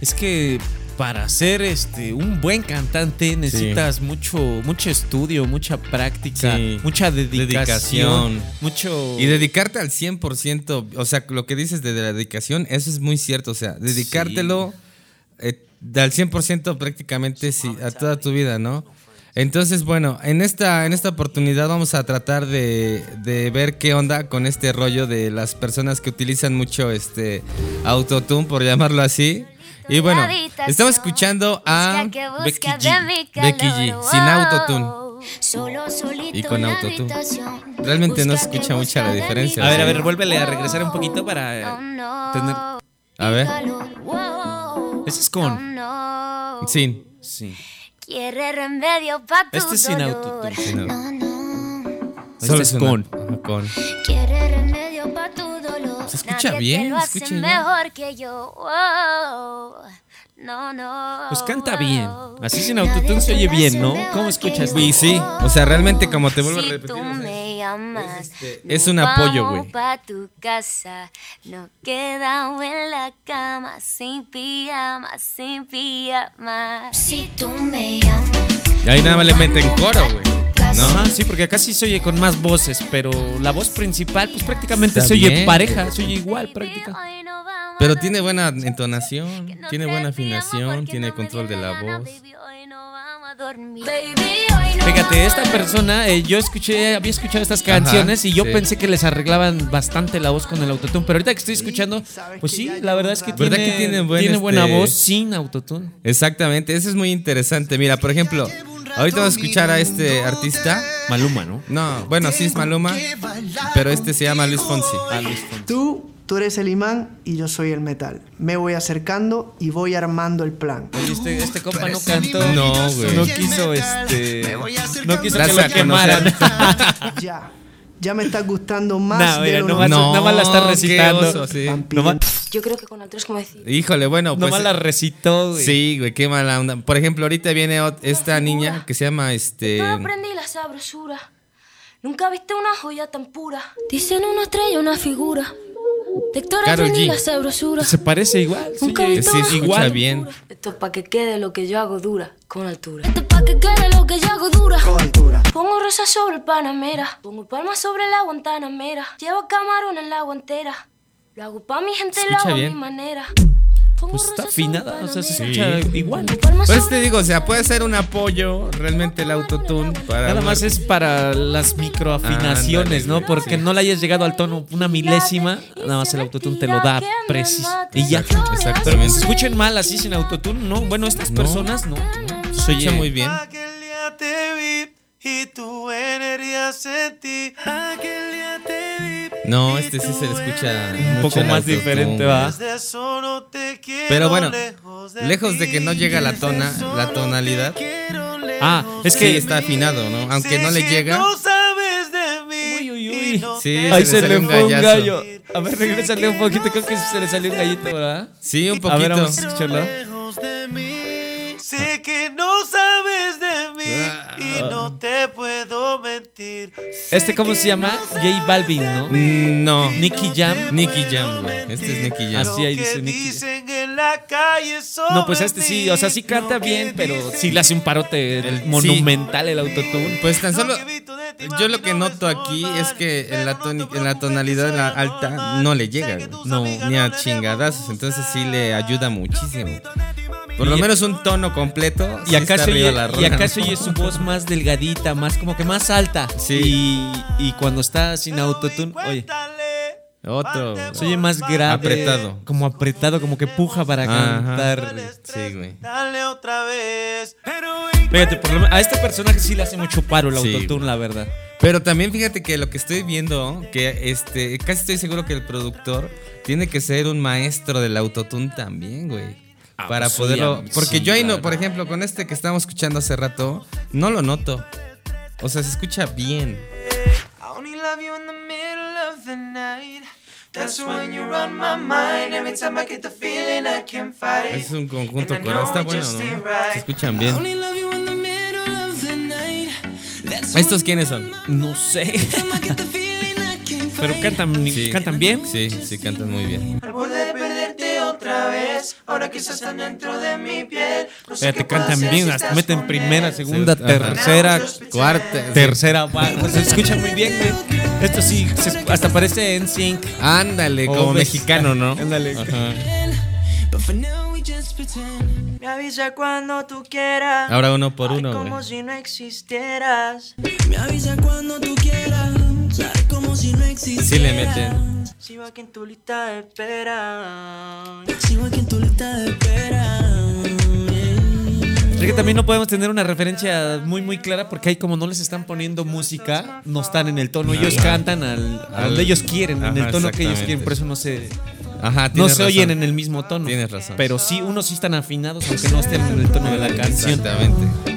Es que para ser este un buen cantante necesitas mucho mucho estudio, mucha práctica, Sí. mucha dedicación, Dedicación. mucho Y dedicarte al 100%, o sea, lo que dices de la dedicación, eso es muy cierto, o sea, dedicártelo eh, al 100% prácticamente sí, a toda tu vida, ¿no? Entonces, bueno, en esta, en esta oportunidad vamos a tratar de, de ver qué onda con este rollo de las personas que utilizan mucho este autotune, por llamarlo así. Y bueno, estamos escuchando a Becky G, Becky G, sin autotune. Y con autotune. Realmente no se escucha mucha la diferencia. A ver, a ¿sí? ver, vuélvele a regresar un poquito para tener A ver. Ese es con Sí. sí. Quiere remedio pa' tu Este es sin dolor. autotune. sí, no. No, no. Este es una- con. Ajá, con. Quiere remedio pa' tu dolor. Se escucha Nadie bien, Te lo se hace escucha bien. mejor que yo. Oh, no, no. Pues canta bien. Así sin autotune se oye bien, ¿no? ¿Cómo escuchas? Y sí, o sea, realmente como te vuelvo a si repetir, tú o sea, me llamas, este, es nos un apoyo, vamos güey. pa' tu casa, nos quedamos en la cama sin pijama, sin pijama. Si tú me llamas. Y ahí nada más le meten coro, güey. ¿No? Ajá, sí, porque acá sí se oye con más voces, pero la voz principal pues prácticamente Está se oye bien. pareja, se oye igual prácticamente. Pero tiene buena entonación, tiene buena afinación, tiene control de la voz. Fíjate, esta persona, eh, yo escuché, había escuchado estas canciones y yo sí. pensé que les arreglaban bastante la voz con el autotune, pero ahorita que estoy escuchando, pues sí, la verdad es que ¿Verdad tiene, que tiene buen, tiene buena este, voz sin autotune. Exactamente, eso es muy interesante. Mira, por ejemplo, ahorita vamos a escuchar a este artista. Maluma, ¿no? No, bueno, sí es Maluma, pero este se llama Luis Fonsi. Ah, Tú, tú eres el imán y yo soy el metal. Me voy acercando y voy armando el plan. Oye, este, este compa no cantó. No, güey. No quiso, este. No quiso que Darse lo a conocer. quemaran. Ya, ya me estás gustando más No, de mira, lo nomás, normal. No, nomás la está qué recitando. oso, sí. Vampiro. Nomás, Yo creo que con otros como decir. Híjole, bueno, pues. nomás la recitó, güey. Sí, güey, qué mala onda. Por ejemplo, ahorita viene ot- esta niña que se llama este. Yo aprendí la sabrosura. Nunca viste una joya tan pura. Dicen una estrella, una figura. Tectora Karol aprendí G. la sabrosura. pues, Se parece igual. sí. eh, Nunca he visto Sí, una escucha Igual. bien. Esto es para que quede lo que yo hago dura, con altura. Esto es para Este que quede lo que yo hago dura. Con altura. Pongo rosas sobre el panamera. Pongo palmas sobre la guantanamera. Llevo camarón en la guantera. Lo hago pa' mi gente, lo Escucha hago a mi bien. manera. Pongo Pues está rosas sobre afinada, o sea, se este panamera. escucha igual. Pongo palmas Pues sobre te la digo, o sea, puede ser un apoyo realmente el autotune para. Nada más es para las microafinaciones, ¿no? Ándale. Porque no le hayas llegado al tono una milésima, nada más el autotune te lo da preciso. Y ya. ¿eh? Exacto, exactamente. Pero que se escuchen mal así sin autotune, no. Bueno, estas No. personas no. se escucha muy bien. Aquel día te vi y tu energía sentí. Aquel día te vi. No, este sí se le escucha Un poco más diferente, va. De eso no te quiero. Pero bueno, lejos de, lejos de que no llega la tona, la tonalidad, quiero lejos. Ah, es sí que. está afinado, ¿no? Aunque Sé no le que llega. No sabes de Uy, mí. uy, y uy. no Sí, te- Ahí se se le le salió un fue un gallo. gallazo. A ver, regrésale un poquito. Creo que se le salió un gallito, ¿verdad? Sí, un A ver, poquito. vamos a escucharlo. lejos de mí. Sé que no sabes de Ah. mí y no te puedo mentir. Este, ¿cómo se llama? J Balvin, ¿no? Mm, No. Nicky Jam. Nicky Jam, güey. Este es Nicky Jam. Así ahí dice que Nicky. Jam. dicen en la calle sobre No, pues este sí, o sea, sí mí, canta lo que bien, pero dicen sí le hace un parote El- monumental el autotune. Pues tan solo. Lo que evito de ti, Yo mami, lo que no noto es aquí normal. es que en la, Pero no toni- te en la tonalidad la preocupes, que alta será no le normal. Sé llega, que tus no, amigas ni no a le deben chingadazos. Entonces sí le ayuda muchísimo. Por lo menos un tono completo. Y acá, se oye, y acá se soy oye su voz más delgadita, más como que más alta. Sí. Y, y cuando está sin autotune, oye, Otro. se oye más grave. Apretado. Como apretado, como que puja para Ajá. cantar. Sí, güey. Dale otra vez. Fíjate, por lo men- a este personaje sí le hace mucho paro el Sí, autotune, la verdad. Pero también fíjate que lo que estoy viendo, que este, casi estoy seguro que el productor tiene que ser un maestro del autotune también, güey. Ah, Para pues, poderlo. obviamente, Porque sí, yo ahí no, claro. por ejemplo, con este que estábamos escuchando hace rato, no lo noto. O sea, se escucha bien. I only love you in the middle of the night. That's when you're on my mind. Every time I get the feeling I can't fight. Es un conjunto coral, está bueno, ¿no? Se escuchan bien. ¿Estos quiénes son? No sé. Pero cantan, Sí. cantan bien. Sí, sí, cantan muy bien. Al borde de perderte otra vez. Ahora que estás tan dentro de mi piel. No sé Fíjate, qué puedo cantan hacer bien. si hasta estás meten con primera, él. segunda, Ajá. tercera, Cuarta, sí. tercera. va- o sea, pues, Se escucha muy bien, güey. Esto sí, se- hasta parece en sync. Ándale, como mexicano, ¿no? Ándale. Ajá. Me avisa cuando tú quieras. Ahora uno por Ay, uno, como güey. si no existieras. Sí le meten. Sigo aquí en tu lista de espera. Es que también no podemos tener una referencia muy, muy clara porque ahí, como no les están poniendo música, no están en el tono. Ellos cantan al, a Al- donde ellos quieren, en el Ajá, tono que ellos exactamente. quieren. Por eso no se, Ajá, no tienes se oyen razón. en el mismo tono. Tienes razón. Pero sí, unos sí están afinados, aunque no estén en el tono de la canción. Exactamente.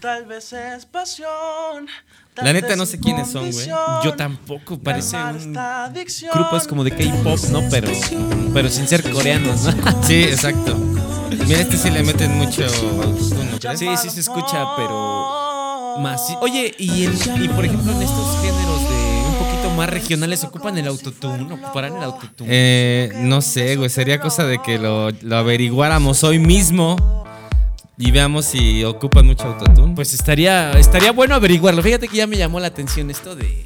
Tal vez es pasión. tal La neta vez no sé es quiénes son, güey. convicción. Yo tampoco, parece Calmar un esta adicción. grupos como de K-pop, ¿no? Pero, pero sin ser coreanos, ¿no? Sí, exacto. Mira, este sí le meten mucho autotune, ¿no crees? Sí, sí se escucha, pero más. sí. Oye, y, en- y por ejemplo en estos géneros de un poquito más regionales ocupan el autotune, ocuparán el autotune. Eh, no sé, güey. Sería cosa de que lo, lo averiguáramos hoy mismo y veamos si ocupan mucho autotune. Pues estaría estaría bueno averiguarlo. Fíjate que ya me llamó la atención esto de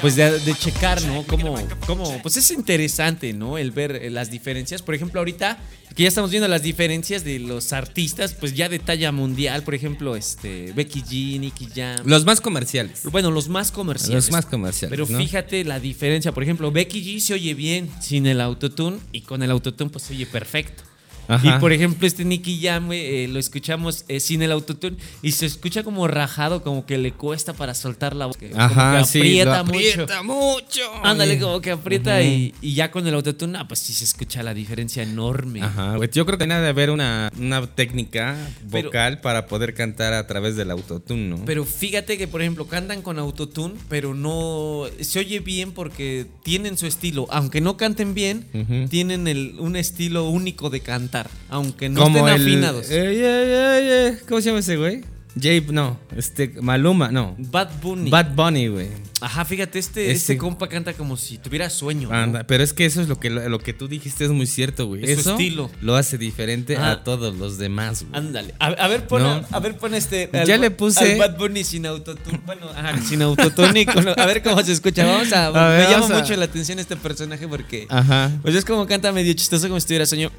pues de, de checar, ¿no? Cómo cómo pues es interesante, ¿no? El ver eh, las diferencias, por ejemplo, ahorita que ya estamos viendo las diferencias de los artistas, pues ya de talla mundial, por ejemplo, este Becky G, Nicky Jam. los más comerciales. Bueno, los más comerciales. Los más comerciales. Pero ¿no? fíjate la diferencia. Por ejemplo, Becky G se oye bien sin el autotune y con el autotune pues se oye perfecto. Ajá. Y por ejemplo, este Nicky Jam eh, eh, lo escuchamos eh, sin el autotune y se escucha como rajado, como que le cuesta para soltar la voz. que- como Ajá, que sí, aprieta, lo aprieta mucho. mucho. Ándale, como que aprieta y, y ya con el autotune, ah, pues sí se escucha la diferencia enorme. Ajá, güey. Yo creo que nada de haber una, una técnica Pero- vocal para poder cantar a través del autotune, ¿no? Pero fíjate que, por ejemplo, cantan con autotune, pero no. Se oye bien porque tienen su estilo. Aunque no canten bien, Ujú. tienen el, un estilo único de cantar. Aunque no Como estén el- eh, afinados. Ey, ey, ey, ey. ¿Cómo se llama ese güey? Jape, no. Este, Maluma, no. Bad Bunny. Bad Bunny, güey. Ajá, fíjate, este, Este- este, compa canta como si tuviera sueño. ¿no? Anda, pero es que eso es lo que lo que tú dijiste es muy cierto, güey. Es su eso estilo. lo hace diferente Ajá. a todos los demás, güey. Ándale. A, a ver, pon, No. a ver, pon este. Ya al- le puse- al Bad Bunny sin autotune. Bueno, ajá, sin autotune. y con- A ver cómo se escucha. Vamos a. A ver, me llama vamos a- Ah. mucho la atención este personaje porque. Ajá. Pues es como canta medio chistoso como si tuviera sueño.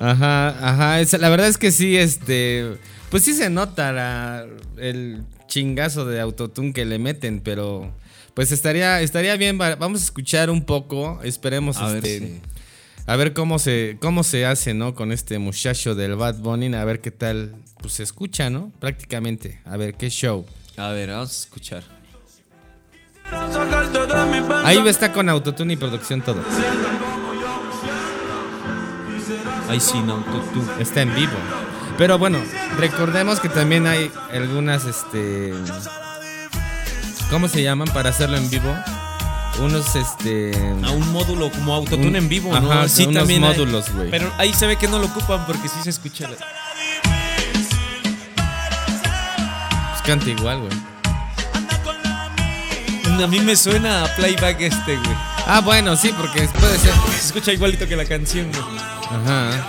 Ajá, ajá. Esa- la verdad es que sí, este. Pues sí se nota la- el chingazo de autotune que le meten, pero. Pues estaría, estaría bien. va- Vamos a escuchar un poco. Esperemos A ver este, si- a ver cómo se, cómo se hace, ¿no? Con este muchacho del Bad Bunny. A ver qué tal. Pues se escucha, ¿no? Prácticamente. A ver, qué show. A ver, vamos a escuchar. Ahí está con autotune y producción todo. Ay, sí, no, tú, tú. Está en vivo. Pero bueno, recordemos que también hay algunas, este... ¿Cómo se llaman para hacerlo en vivo? Unos, este... A un módulo como autotune Un- en vivo, ¿no? Ajá, unos hay- módulos, güey. Pero ahí se ve que no lo ocupan porque sí se escucha. la- Pues canta igual, güey. A mí me suena a playback este, güey. Ah, bueno, sí, porque puede ser... Se escucha igualito que la canción, güey. Ajá.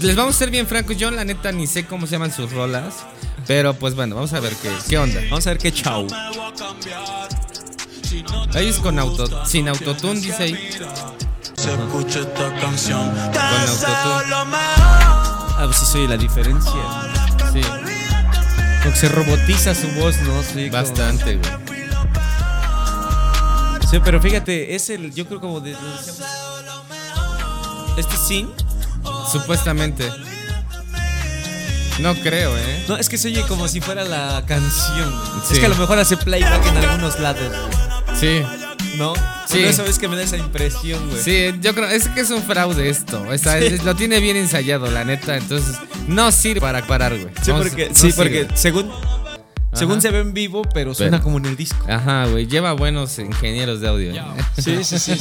Les vamos a ser bien francos. Yo, la neta, ni sé cómo se llaman sus rolas. Pero, pues bueno, vamos a ver qué, qué onda. Vamos a ver qué chau. Ahí es con auto... Sin autotune, dice ahí. se escucha esta canción. Te Con deseo autotune. lo mejor. Ah, pues sí soy la diferencia. Sí. Como que se robotiza su voz, ¿no? Sí, como- Bastante, güey. Sí, pero fíjate, es el, yo creo como de... Este sin Supuestamente. No creo, ¿eh? No, es que se oye como si fuera la canción. güey. Sí. Es que a lo mejor hace playback en algunos lados, Sí. güey. ¿no? Sí. Bueno, esa vez que me da esa impresión, güey. Sí, yo creo, es que es un fraude esto. o sea, Sí. es- lo tiene bien ensayado, la neta. Entonces, no sirve para parar, güey. Sí, No porque, sirve, sí, no porque sirve. según, según Ajá. se ve en vivo, pero suena Pero- como en el disco. Ajá, güey, lleva buenos ingenieros de audio. Sí, sí, sí.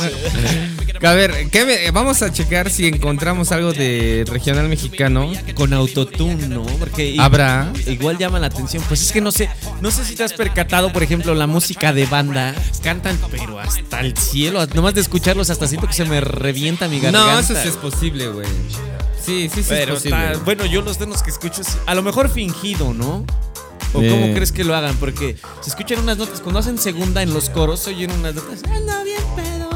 A ver, ¿qué me- vamos a checar si encontramos algo de regional mexicano. Con autotune, ¿no? Porque i- Habrá. Igual llama la atención. Pues es que no sé, no sé si te has percatado, por ejemplo, la música de banda. Cantan, pero hasta el cielo. Nomás de escucharlos, hasta siento que se me revienta mi garganta. No, eso sí es posible, güey. Sí, sí, sí Pero es posible. está- bueno, yo los temas que escucho, es- a lo mejor fingido, ¿no? ¿O cómo Eh. crees que lo hagan? Porque se escuchan unas notas, cuando hacen segunda en los coros, se oyen unas notas.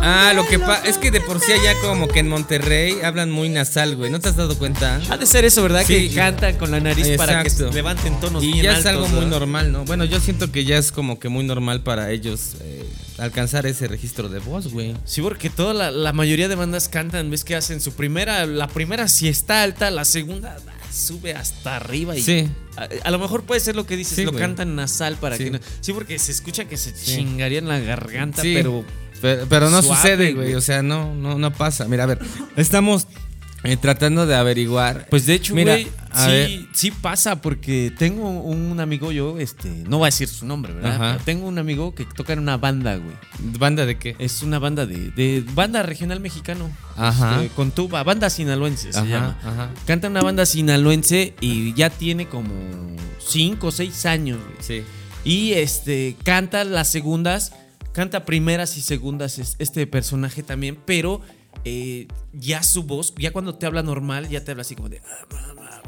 Ah, lo que pasa es que de por sí allá como que en Monterrey hablan muy nasal, güey. ¿No te has dado cuenta? Ha de ser eso, ¿verdad? Sí. Que cantan con la nariz para que Exacto. levanten tonos Y bien ya es altos, algo muy ¿verdad? normal, ¿no? Bueno, yo siento que ya es como que muy normal para ellos eh, alcanzar ese registro de voz, güey. Sí, porque toda la, la mayoría de bandas cantan, ves que hacen su primera, la primera si está alta, la segunda ah, sube hasta arriba y Sí. a, a lo mejor puede ser lo que dices, Sí, lo güey. cantan nasal para Sí. que no. Sí, porque se escucha que se Sí. chingarían la garganta, Sí. pero Pero, pero no Suave, sucede, güey. güey. O sea, no, no, no pasa. Mira, a ver, estamos eh, tratando de averiguar. Pues de hecho, Mira, güey, a ver. sí, sí pasa porque tengo un amigo, yo, este, no voy a decir su nombre, ¿verdad? Ajá. Pero tengo un amigo que toca en una banda, güey. ¿Banda de qué? eh, Es una banda de, de banda regional mexicano. Ajá. este, con tuba, banda sinaloense Ajá, se llama. ajá. Canta una banda sinaloense y ya tiene como 5 o 6 años, güey. Sí. Y este canta las segundas, canta primeras y segundas es- este personaje también, pero eh, ya su voz, ya cuando te habla normal, ya te habla así como de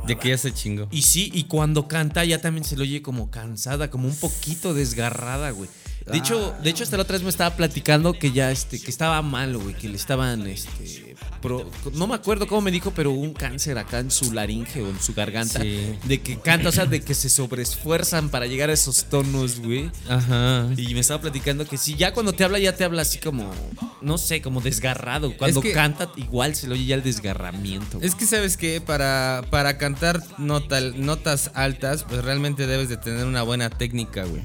De que ya se chingó. y sí, y cuando canta ya también se le oye como cansada, como un poquito desgarrada, güey. De Ah. hecho, de hecho hasta la otra vez me estaba platicando que ya este que estaba malo, güey, que le estaban este pro- no me acuerdo cómo me dijo, pero un cáncer acá en su laringe o en su garganta Sí. de que canta, o sea, de que se sobreesfuerzan para llegar a esos tonos, güey. Ajá. Y me estaba platicando que sí, ya cuando te habla ya te habla así como no sé, como desgarrado. Cuando que- canta igual se le oye ya el desgarramiento. güey. Es que sabes que para, para cantar nota- notas altas, pues realmente debes de tener una buena técnica, güey.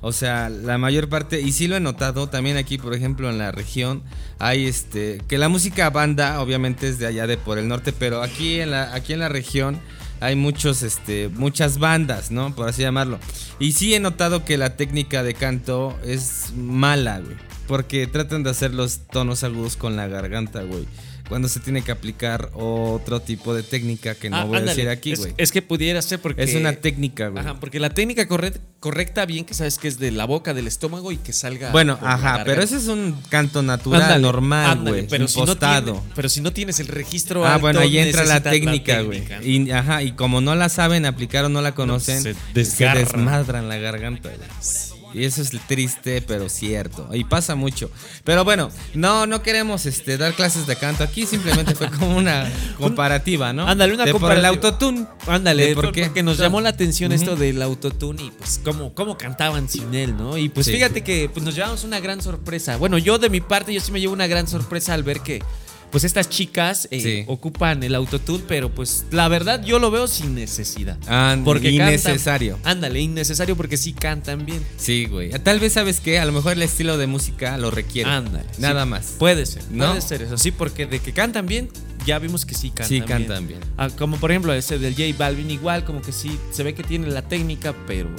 O sea, la mayor parte, y sí lo he notado también aquí, por ejemplo, en la región, hay este, que la música banda obviamente es de allá de por el norte, pero aquí en la, aquí en la región hay muchos, este, muchas bandas, ¿no? Por así llamarlo. Y sí he notado que la técnica de canto es mala, güey. Porque tratan de hacer los tonos agudos con la garganta, güey. Cuando se tiene que aplicar otro tipo de técnica que no Ah, voy a ándale. decir aquí, Es- güey. Es, que pudiera ser porque. Es una técnica, güey. Ajá, porque la técnica corre- correcta, bien que sabes que es de la boca, del estómago y que salga. Bueno, por la ajá, garganta. pero ese es un canto natural, Ándale, normal, ándale, güey. Pero, si no impostado. tiene- pero si no tienes el registro. Ah, alto, bueno, ahí entra la necesitas técnica, güey. técnica. Y, ajá, y como no la saben aplicar o no la conocen, se se, desgarran. desmadran la garganta, güey. Y eso es triste, pero cierto. Y pasa mucho. Pero bueno, no, no queremos este, dar clases de canto. Aquí simplemente fue como una comparativa, ¿no? Ándale, una De comparativa. Por el autotune. Ándale, De por por qué. porque nos llamó la atención Ujú. esto del autotune y pues cómo, cómo cantaban sin él, ¿no? Y pues Sí. fíjate que pues, nos llevamos una gran sorpresa. Bueno, yo de mi parte, yo sí me llevo una gran sorpresa al ver que pues estas chicas eh, Sí. ocupan el autotune, pero pues la verdad yo lo veo sin necesidad. Ah, cantan- innecesario. ándale, innecesario porque sí cantan bien. Sí, güey. Tal vez sabes que a lo mejor el estilo de música lo requiere. Ándale. Nada sí. más. Puede ser, ¿No? puede ser eso. Sí, porque de que cantan bien, ya vimos que sí cantan Sí, bien. cantan bien. Ah, como por ejemplo ese del J Balvin, igual, como que sí, se ve que tiene la técnica, pero.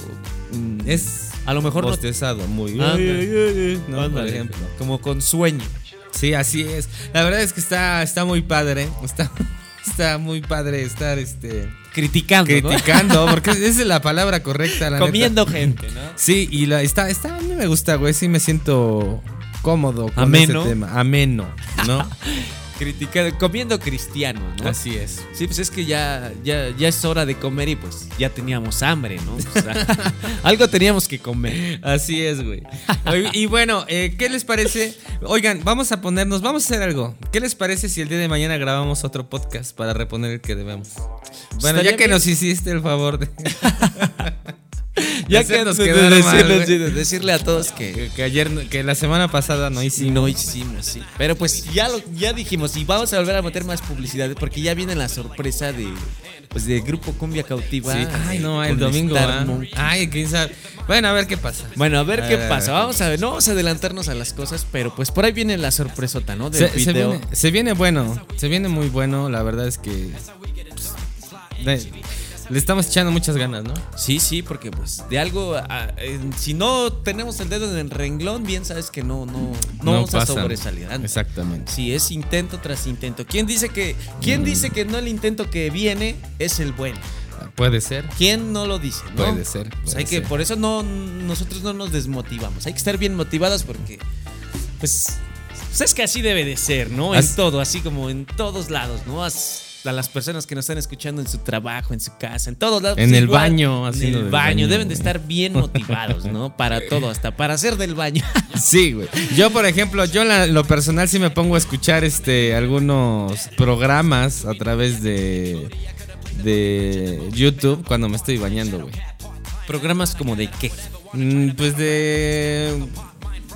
mm, Es A lo mejor no- bostezado, muy bien. Ándale. No, por Ándale. ejemplo. Como con sueño. Sí, así es. La verdad es que está, está muy padre. Está, está muy padre estar este, Criticando. ¿no? criticando, porque esa es la palabra correcta. La neta. Comiendo gente, ¿no? Sí, y la, está, está, a mí me gusta, güey. Sí, me siento cómodo con Ameno. ese tema. Ameno, ¿no? criticando, comiendo cristiano, ¿no? Así es. Sí, pues es que ya, ya, ya es hora de comer y pues ya teníamos hambre, ¿no? O sea, algo teníamos que comer. Así es, güey. Oy- Y bueno, eh, ¿qué les parece? Oigan, vamos a ponernos, vamos a hacer algo. ¿Qué les parece si el día de mañana grabamos otro podcast para reponer el que debemos? Bueno, Estaría ya que bien. nos hiciste el favor de, Ya de que hacernos nos quedar mal, güey. decirle a todos que que ayer, no- que la semana pasada no hicimos. no hicimos, sí. Pero pues ya lo, ya dijimos y vamos a volver a meter más publicidad porque ya viene la sorpresa de pues de grupo Cumbia Cautiva. Sí. Ay, no, el con domingo. Star ah. Monkey. Ay, quién sabe. Bueno, a ver qué pasa. Ah, Bueno, a ver A qué ver, a pasa. ver. Vamos a ver, no vamos a adelantarnos a las cosas, pero pues por ahí viene la sorpresota, ¿no? Del Se, se video. viene, se viene bueno, se viene muy bueno. La verdad es que pues, le- le estamos echando muchas ganas, ¿no? Sí, sí, porque pues de algo, ah, eh, si no tenemos el dedo en el renglón, bien sabes que no, no, no, vamos a pasan. sobresalir. antes. Exactamente. Mm. Sí, es intento tras intento. ¿Quién dice que, quién dice que no el intento que viene es el bueno? Puede ser. ¿Quién no lo dice? no? Puede ser, O sea, puede hay que, ser. por eso no, nosotros no nos desmotivamos. Hay que estar bien motivados porque, pues, pues es que así debe de ser, ¿no? Así- en todo, así como en todos lados, ¿no? As- a las personas que nos están escuchando en su trabajo, en su casa, en todos lados. En pues, el igual, baño, En haciendo el del baño. baño, Deben de güey. estar bien motivados, ¿no? Para todo, hasta para hacer del baño. Sí, güey. Yo, por ejemplo, yo en la- lo personal sí me pongo a escuchar este algunos programas a través de de YouTube cuando me estoy bañando, güey. Programas como de qué. Mm, Pues de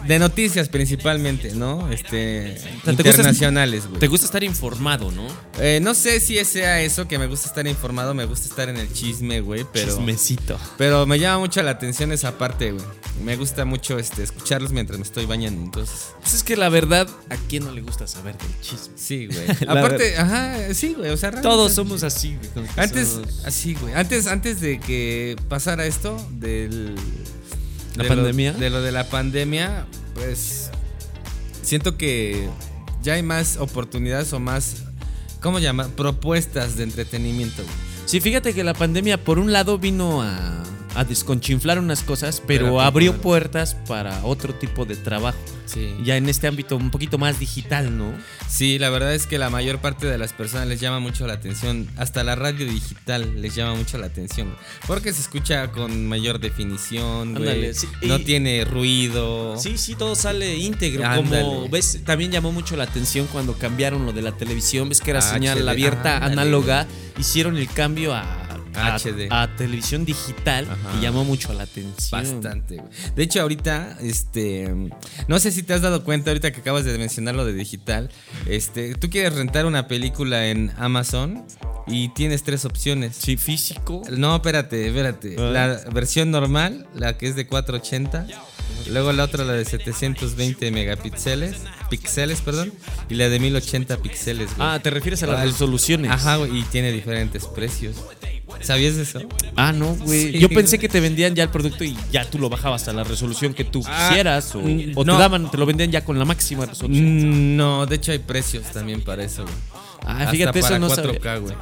de noticias principalmente, ¿no? Este sea, ¿te gusta- internacionales, güey. Te gusta estar informado, ¿no? Eh, no sé si sea eso que me gusta estar informado, me gusta estar en el chisme, güey, pero Chismecito. pero me llama mucho la atención esa parte, güey. Me gusta mucho este escucharlos mientras me estoy bañando, entonces Pues es que la verdad, ¿a quién no le gusta saber del chisme? Sí, güey. La Aparte, ajá, sí, güey. O sea, realmente- Todos somos así. güey, como que Antes, somos- así, güey. Antes, antes de que pasara esto del. ¿La de lo- pandemia? de lo de la pandemia, pues. Siento que ya hay más oportunidades o más. ¿Cómo llamar? Propuestas de entretenimiento, güey. Sí, fíjate que la pandemia por un lado vino a, a desconchinflar unas cosas, pero Pero, abrió claro. puertas para otro tipo de trabajo. Sí. Ya en este ámbito un poquito más digital, ¿no? Sí, la verdad es que la mayor parte de las personas les llama mucho la atención. Hasta la radio digital les llama mucho la atención. güey, Porque se escucha con mayor definición, güey. Ándale, sí, y- No tiene ruido. Sí, sí, todo sale íntegro. Como Ándale. ves, también llamó mucho la atención cuando cambiaron lo de la televisión. Ves que era HD, señal abierta, ándale. análoga. Hicieron el cambio a, a- HD. a televisión digital Ajá. y llamó mucho la atención. Bastante, güey. De hecho, ahorita, este. No sé si te has dado cuenta, ahorita que acabas de mencionar lo de digital. Este, tú quieres rentar una película en Amazon y tienes tres opciones. Sí, físico. No, espérate, espérate. Ah. La versión normal, la que es de 480. Luego la otra, la de 720 megapíxeles. Píxeles, perdón. Y la de 1080 píxeles, güey. Ah, te refieres a las Ah, el- resoluciones. Ajá, güey. Y tiene diferentes precios. ¿Sabías eso? Ah, no, güey. Sí. Yo pensé que te vendían ya el producto y ya tú lo bajabas a la resolución que tú Ah, quisieras o, mm, o no. te daban, te lo vendían ya con la máxima resolución. Mm, No, de hecho hay precios también para eso, güey. Ah, Hasta fíjate, eso para no 4K, sabía. güey.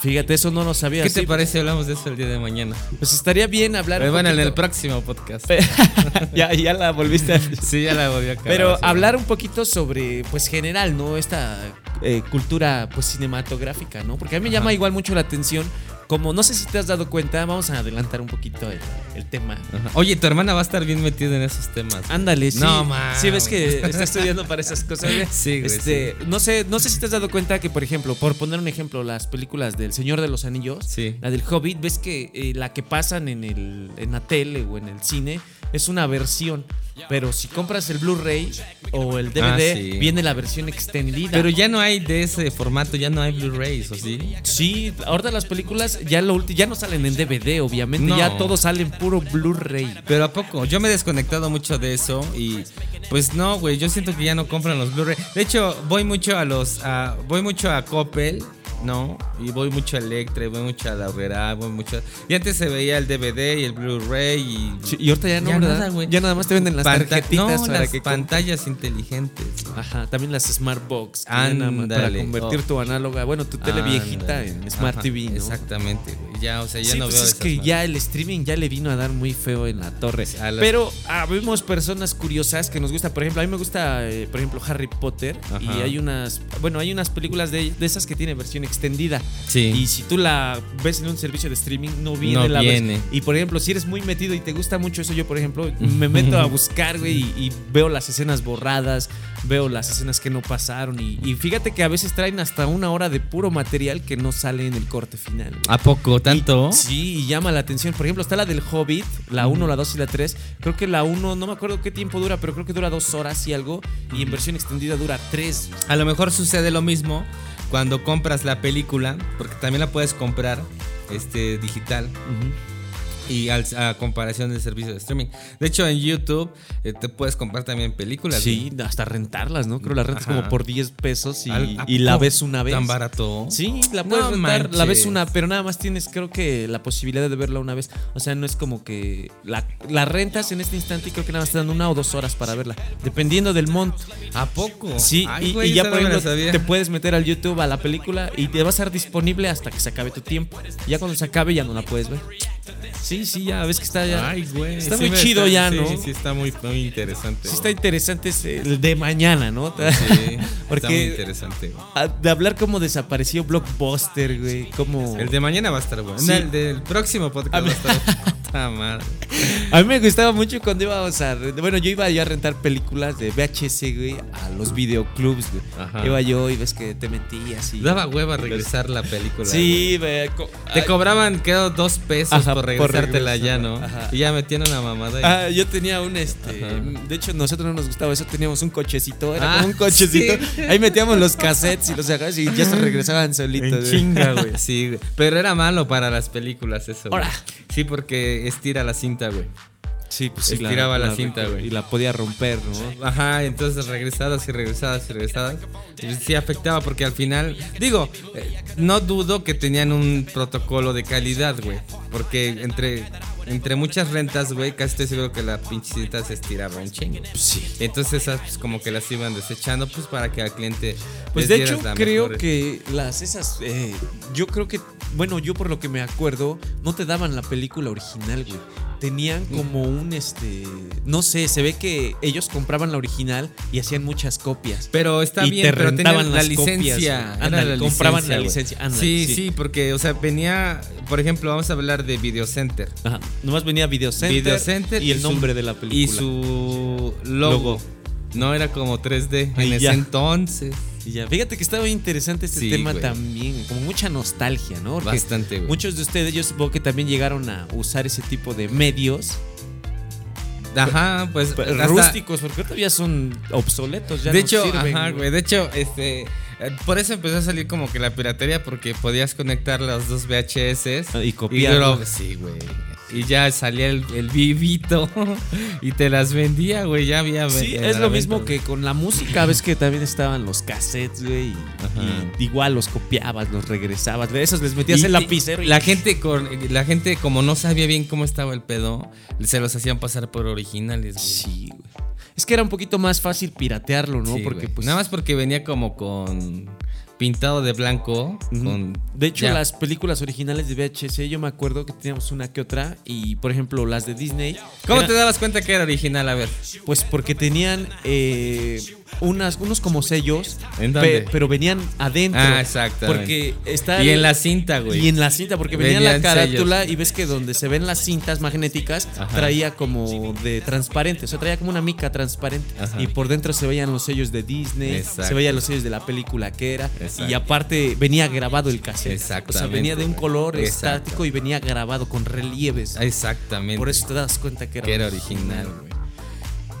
Fíjate, eso no lo sabía. ¿Qué sí. te parece? Hablamos de eso el día de mañana. Pues estaría bien hablar. Pero un bueno, en el poquito. próximo podcast. ya, ya la volviste a. sí, ya la voy a acabar. Pero sí. hablar un poquito sobre, pues general, ¿no? Esta eh, cultura, pues cinematográfica, ¿no? Porque a mí me llama igual mucho la atención. Como no sé si te has dado cuenta, vamos a adelantar un poquito el, el tema. Ajá. Oye, tu hermana va a estar bien metida en esos temas. Ándale, sí. No, mames. Sí, ves que está estudiando para esas cosas. güey. Sí, güey, Este, No, sé, no sé si te has dado cuenta que, por ejemplo, por poner un ejemplo, las películas del Señor de los Anillos, Sí. la del Hobbit, ves que eh, la que pasan en, el, en la tele o en el cine es una versión. Pero si compras el Blu-ray o el DVD, Ah, sí. viene la versión extendida. Pero ya no hay de ese formato, ya no hay Blu-rays, ¿o sí? Sí, ahorita las películas ya lo ulti- ya no salen en DVD, obviamente, No. ya todo sale en puro Blu-ray. Pero a poco, yo me he desconectado mucho de eso y pues no, güey, yo siento que ya no compran los Blu-ray. De hecho, voy mucho a los a- voy mucho a Coppel, ¿no? Y voy mucho a Electra, y voy mucho a la horrera, voy mucho. Y antes se veía el DVD y el Blu-ray y. Sí, y ahorita ya no, ¿verdad? nada, güey. Ya nada más te venden las Panta- tarjetitas no, para las que pantallas inteligentes. Ajá, también las Smart Box. que ya nada más Para Ándale. convertir Oh. tu análoga, bueno, tu tele viejita Ándale. en Smart Ajá, TV, ¿no? Exactamente, güey. Ya, o sea, ya sí, no pues veo es esas que madres. ya el streaming ya le vino a dar muy feo en la torre. A las- Pero habemos personas curiosas que nos gusta. Por ejemplo, a mí me gusta, eh, por ejemplo, Harry Potter. Y Ajá. hay unas, bueno, hay unas películas de, de esas que tiene versión extendida. Sí. Y si tú la ves en un servicio de streaming, no viene No la versión. viene. Y por ejemplo, si eres muy metido y te gusta mucho eso, yo por ejemplo me meto a buscar, güey, y, y veo las escenas borradas, veo las escenas que no pasaron. Y, y fíjate que a veces traen hasta una hora de puro material que no sale en el corte final. güey. ¿A poco tanto? Sí, y llama la atención. Por ejemplo, está la del Hobbit, la 1, la 2 y la 3. Creo que la 1, no me acuerdo qué tiempo dura, pero creo que dura dos horas y algo. Y en versión extendida dura tres. A lo mejor sucede lo mismo cuando compras la película, porque también la puedes comprar este, digital. Y al- a comparación del servicio de streaming. De hecho, en YouTube eh, te puedes comprar también películas. Sí, hasta rentarlas, ¿no? Creo las rentas Ajá. como por 10 pesos y, Al- ¿a y la poco ves una vez. ¿Tan barato? Sí, la No puedes rentar, la ves manches. una, pero nada más tienes, creo que la posibilidad de verla una vez. O sea, no es como que la, la rentas en este instante y creo que nada más te dan una o dos horas para verla, dependiendo del monto. ¿A poco? Sí, Ay, y, güey, y ya esa por no me la ejemplo sabía. te puedes meter al YouTube a la película y te va a estar disponible hasta que se acabe tu tiempo. Ya cuando se acabe ya no la puedes ver. Sí, sí, ya ves que está ya. Ay, güey. Está sí muy me chido ya, ¿no? Sí, sí, está muy, muy interesante. Sí está interesante ese- el de mañana, ¿no? Sí, está muy Porque interesante. güey. a- Ah, de hablar como desapareció Blockbuster, güey, como El de mañana va a estar bueno. Sí. El del próximo A podcast mí- va a estar. Puta madre. A mí me gustaba mucho cuando íbamos a. re- Bueno, yo iba yo a rentar películas de VHS, güey, a los videoclubs, güey. Ajá. Iba yo y ves que te metías y. Daba hueva regresar la película. Sí, güey. co- Te ay, cobraban, quedó dos pesos Ajá, por por regresártela ya, ¿no? regresarla. Ajá. Y ya metían una mamada. ahí. Ah, yo tenía un este. Ajá. De hecho, nosotros no nos gustaba eso. Teníamos un cochecito. Era Ah, como un cochecito. sí. Ahí metíamos los cassettes y los sacabas y ya se regresaban solitos. En güey. chinga, güey. Sí, güey. Pero era malo para las películas eso. güey. Ahora. Sí, porque estira la cinta, güey. Sí, pues Estiraba la cinta, güey. Y la podía romper, ¿no? Ajá, entonces regresadas y regresadas y regresadas. Sí afectaba porque al final, digo, eh, no dudo que tenían un protocolo de calidad, güey. Porque entre, entre muchas rentas, güey, casi estoy seguro que la pinche cinta se estiraba un chingo. Pues Sí. Entonces esas pues, como que las iban desechando pues para que al cliente... Pues les de dieras hecho la creo mejor- que las esas, eh, yo creo que, bueno, yo por lo que me acuerdo, no te daban la película original, güey. Tenían Mm. como un, este, no sé, se ve que ellos compraban la original y hacían muchas copias. Pero está Y bien, te pero tenían rentaban la las copias, licencia. güey. era Ándale, compraban la güey. licencia, ándale, Sí, sí. sí, porque, o sea, venía, por ejemplo, vamos a hablar de Video Center. Ajá, nomás venía Video Center, Video Center y el su- nombre de la película. Y su logo. Logo. No era como 3D Y en ese ya. entonces. Y ya, fíjate que estaba bien interesante este Sí, tema güey. también, como mucha nostalgia, ¿no? Porque Bastante, güey. Muchos de ustedes, yo supongo que también llegaron a usar ese tipo de medios Ajá, pues. Pero hasta- rústicos, porque todavía son obsoletos, ya de no hecho, sirven, ajá, güey. De hecho, este. eh, Por eso empezó a salir como que la piratería, porque podías conectar las dos VHS. Ah, y copiarlo. luego- sí, güey. Y ya salía el, el vivito y te las vendía, güey. Ya había. Sí, en es la lo venta, mismo güey. que con la música, ves que también estaban los cassettes, güey, y- Ajá. y igual los copiabas, los regresabas, de esos les metías Y- el y lapicero y La gente, con- la gente, como no sabía bien cómo estaba el pedo, se los hacían pasar por originales, güey. Sí, güey. Es que era un poquito más fácil piratearlo, ¿no? Sí, porque güey. pues Nada más porque venía como con. Pintado de blanco. Ujú. con- De hecho, ya. las películas originales de VHS, yo me acuerdo que teníamos una que otra, y por ejemplo, las de Disney. ¿Cómo eran- te dabas cuenta que era original? A ver. Pues porque tenían eh, unas, unos como sellos, ¿En dónde? pero venían adentro. Ah, exactamente. Porque está y el- en la cinta, güey. y en la cinta, porque venía la Venían carátula y ves que donde se ven las cintas magnéticas Ajá. traía como de transparente, o sea, traía como una mica transparente. Ajá. Y por dentro se veían los sellos de Disney, Exacto. se veían los sellos de la película que era. Exacto. Y aparte venía grabado el cassette. O sea, venía de un Exactamente, color güey. Exacto. estático y venía grabado con relieves. Exactamente. Por eso te das cuenta que era, Que era original, güey.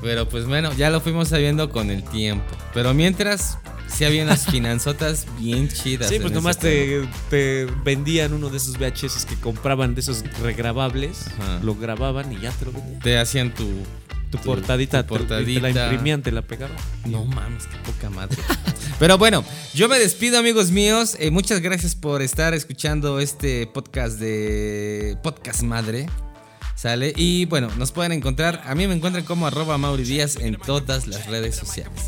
Pero pues bueno, ya lo fuimos sabiendo con el tiempo. Pero mientras, sí había unas finanzotas bien chidas. Sí, en pues ese nomás pedo. te, te vendían uno de esos VHS que compraban de esos regrabables, Ajá. lo grababan y ya te lo vendían. te hacían tu Tu portadita, tu te- Te, la portadita. imprimían, te la pegaban. No mames, qué poca madre. Pero bueno, yo me despido, amigos míos. Eh, muchas gracias por estar escuchando este podcast de Podcast Madre. ¿Sale? Y bueno, nos pueden encontrar. A mí me encuentran como arroba Mauri Díaz en todas las redes sociales.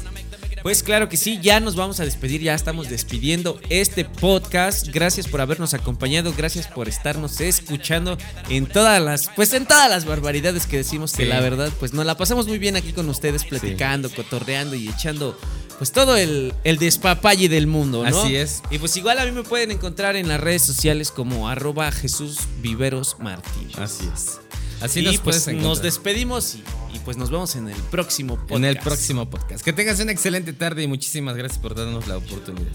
Pues claro que sí, ya nos vamos a despedir, ya estamos despidiendo este podcast. Gracias por habernos acompañado, gracias por estarnos escuchando en todas las, pues en todas las barbaridades que decimos que Sí. la verdad, pues nos la pasamos muy bien aquí con ustedes, platicando, cotorreando y echando pues todo el, el despapalle del mundo, ¿no? Así es. Y pues igual a mí me pueden encontrar en las redes sociales como arroba Jesús Viveros Martín. Así es. Así y nos puedes pues nos encontrar. despedimos y, y pues nos vemos en el próximo podcast. En el próximo podcast. Que tengas una excelente tarde y muchísimas gracias por darnos la oportunidad.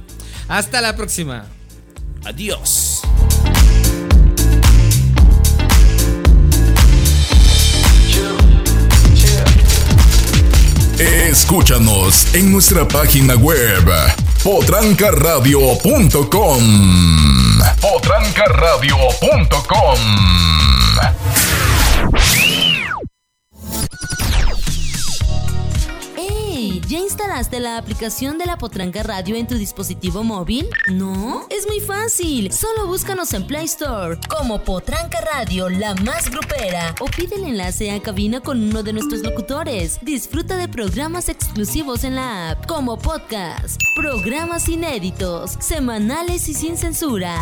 Hasta la próxima. Adiós. Escúchanos en nuestra página web potrancaradio.com. Potrancaradio.com. ¡Ey! ¿Ya instalaste la aplicación de la Potranca Radio en tu dispositivo móvil? ¿No? Es muy fácil. Solo búscanos en Play Store como Potranca Radio, la más grupera. O pide el enlace a cabina con uno de nuestros locutores. Disfruta de programas exclusivos en la app, como podcast, programas inéditos, semanales y sin censura.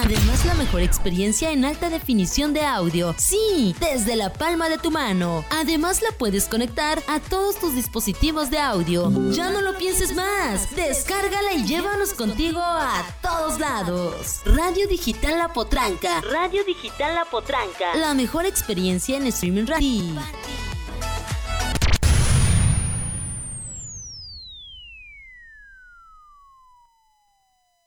Además, la mejor experiencia en alta definición de audio. Sí, desde la palma de tu mano. Además, la puedes conectar a todos tus dispositivos de audio. Ya no lo pienses más. Descárgala y llévanos contigo a todos lados. Radio Digital La Potranca. Radio Digital La Potranca. La mejor experiencia en streaming radio.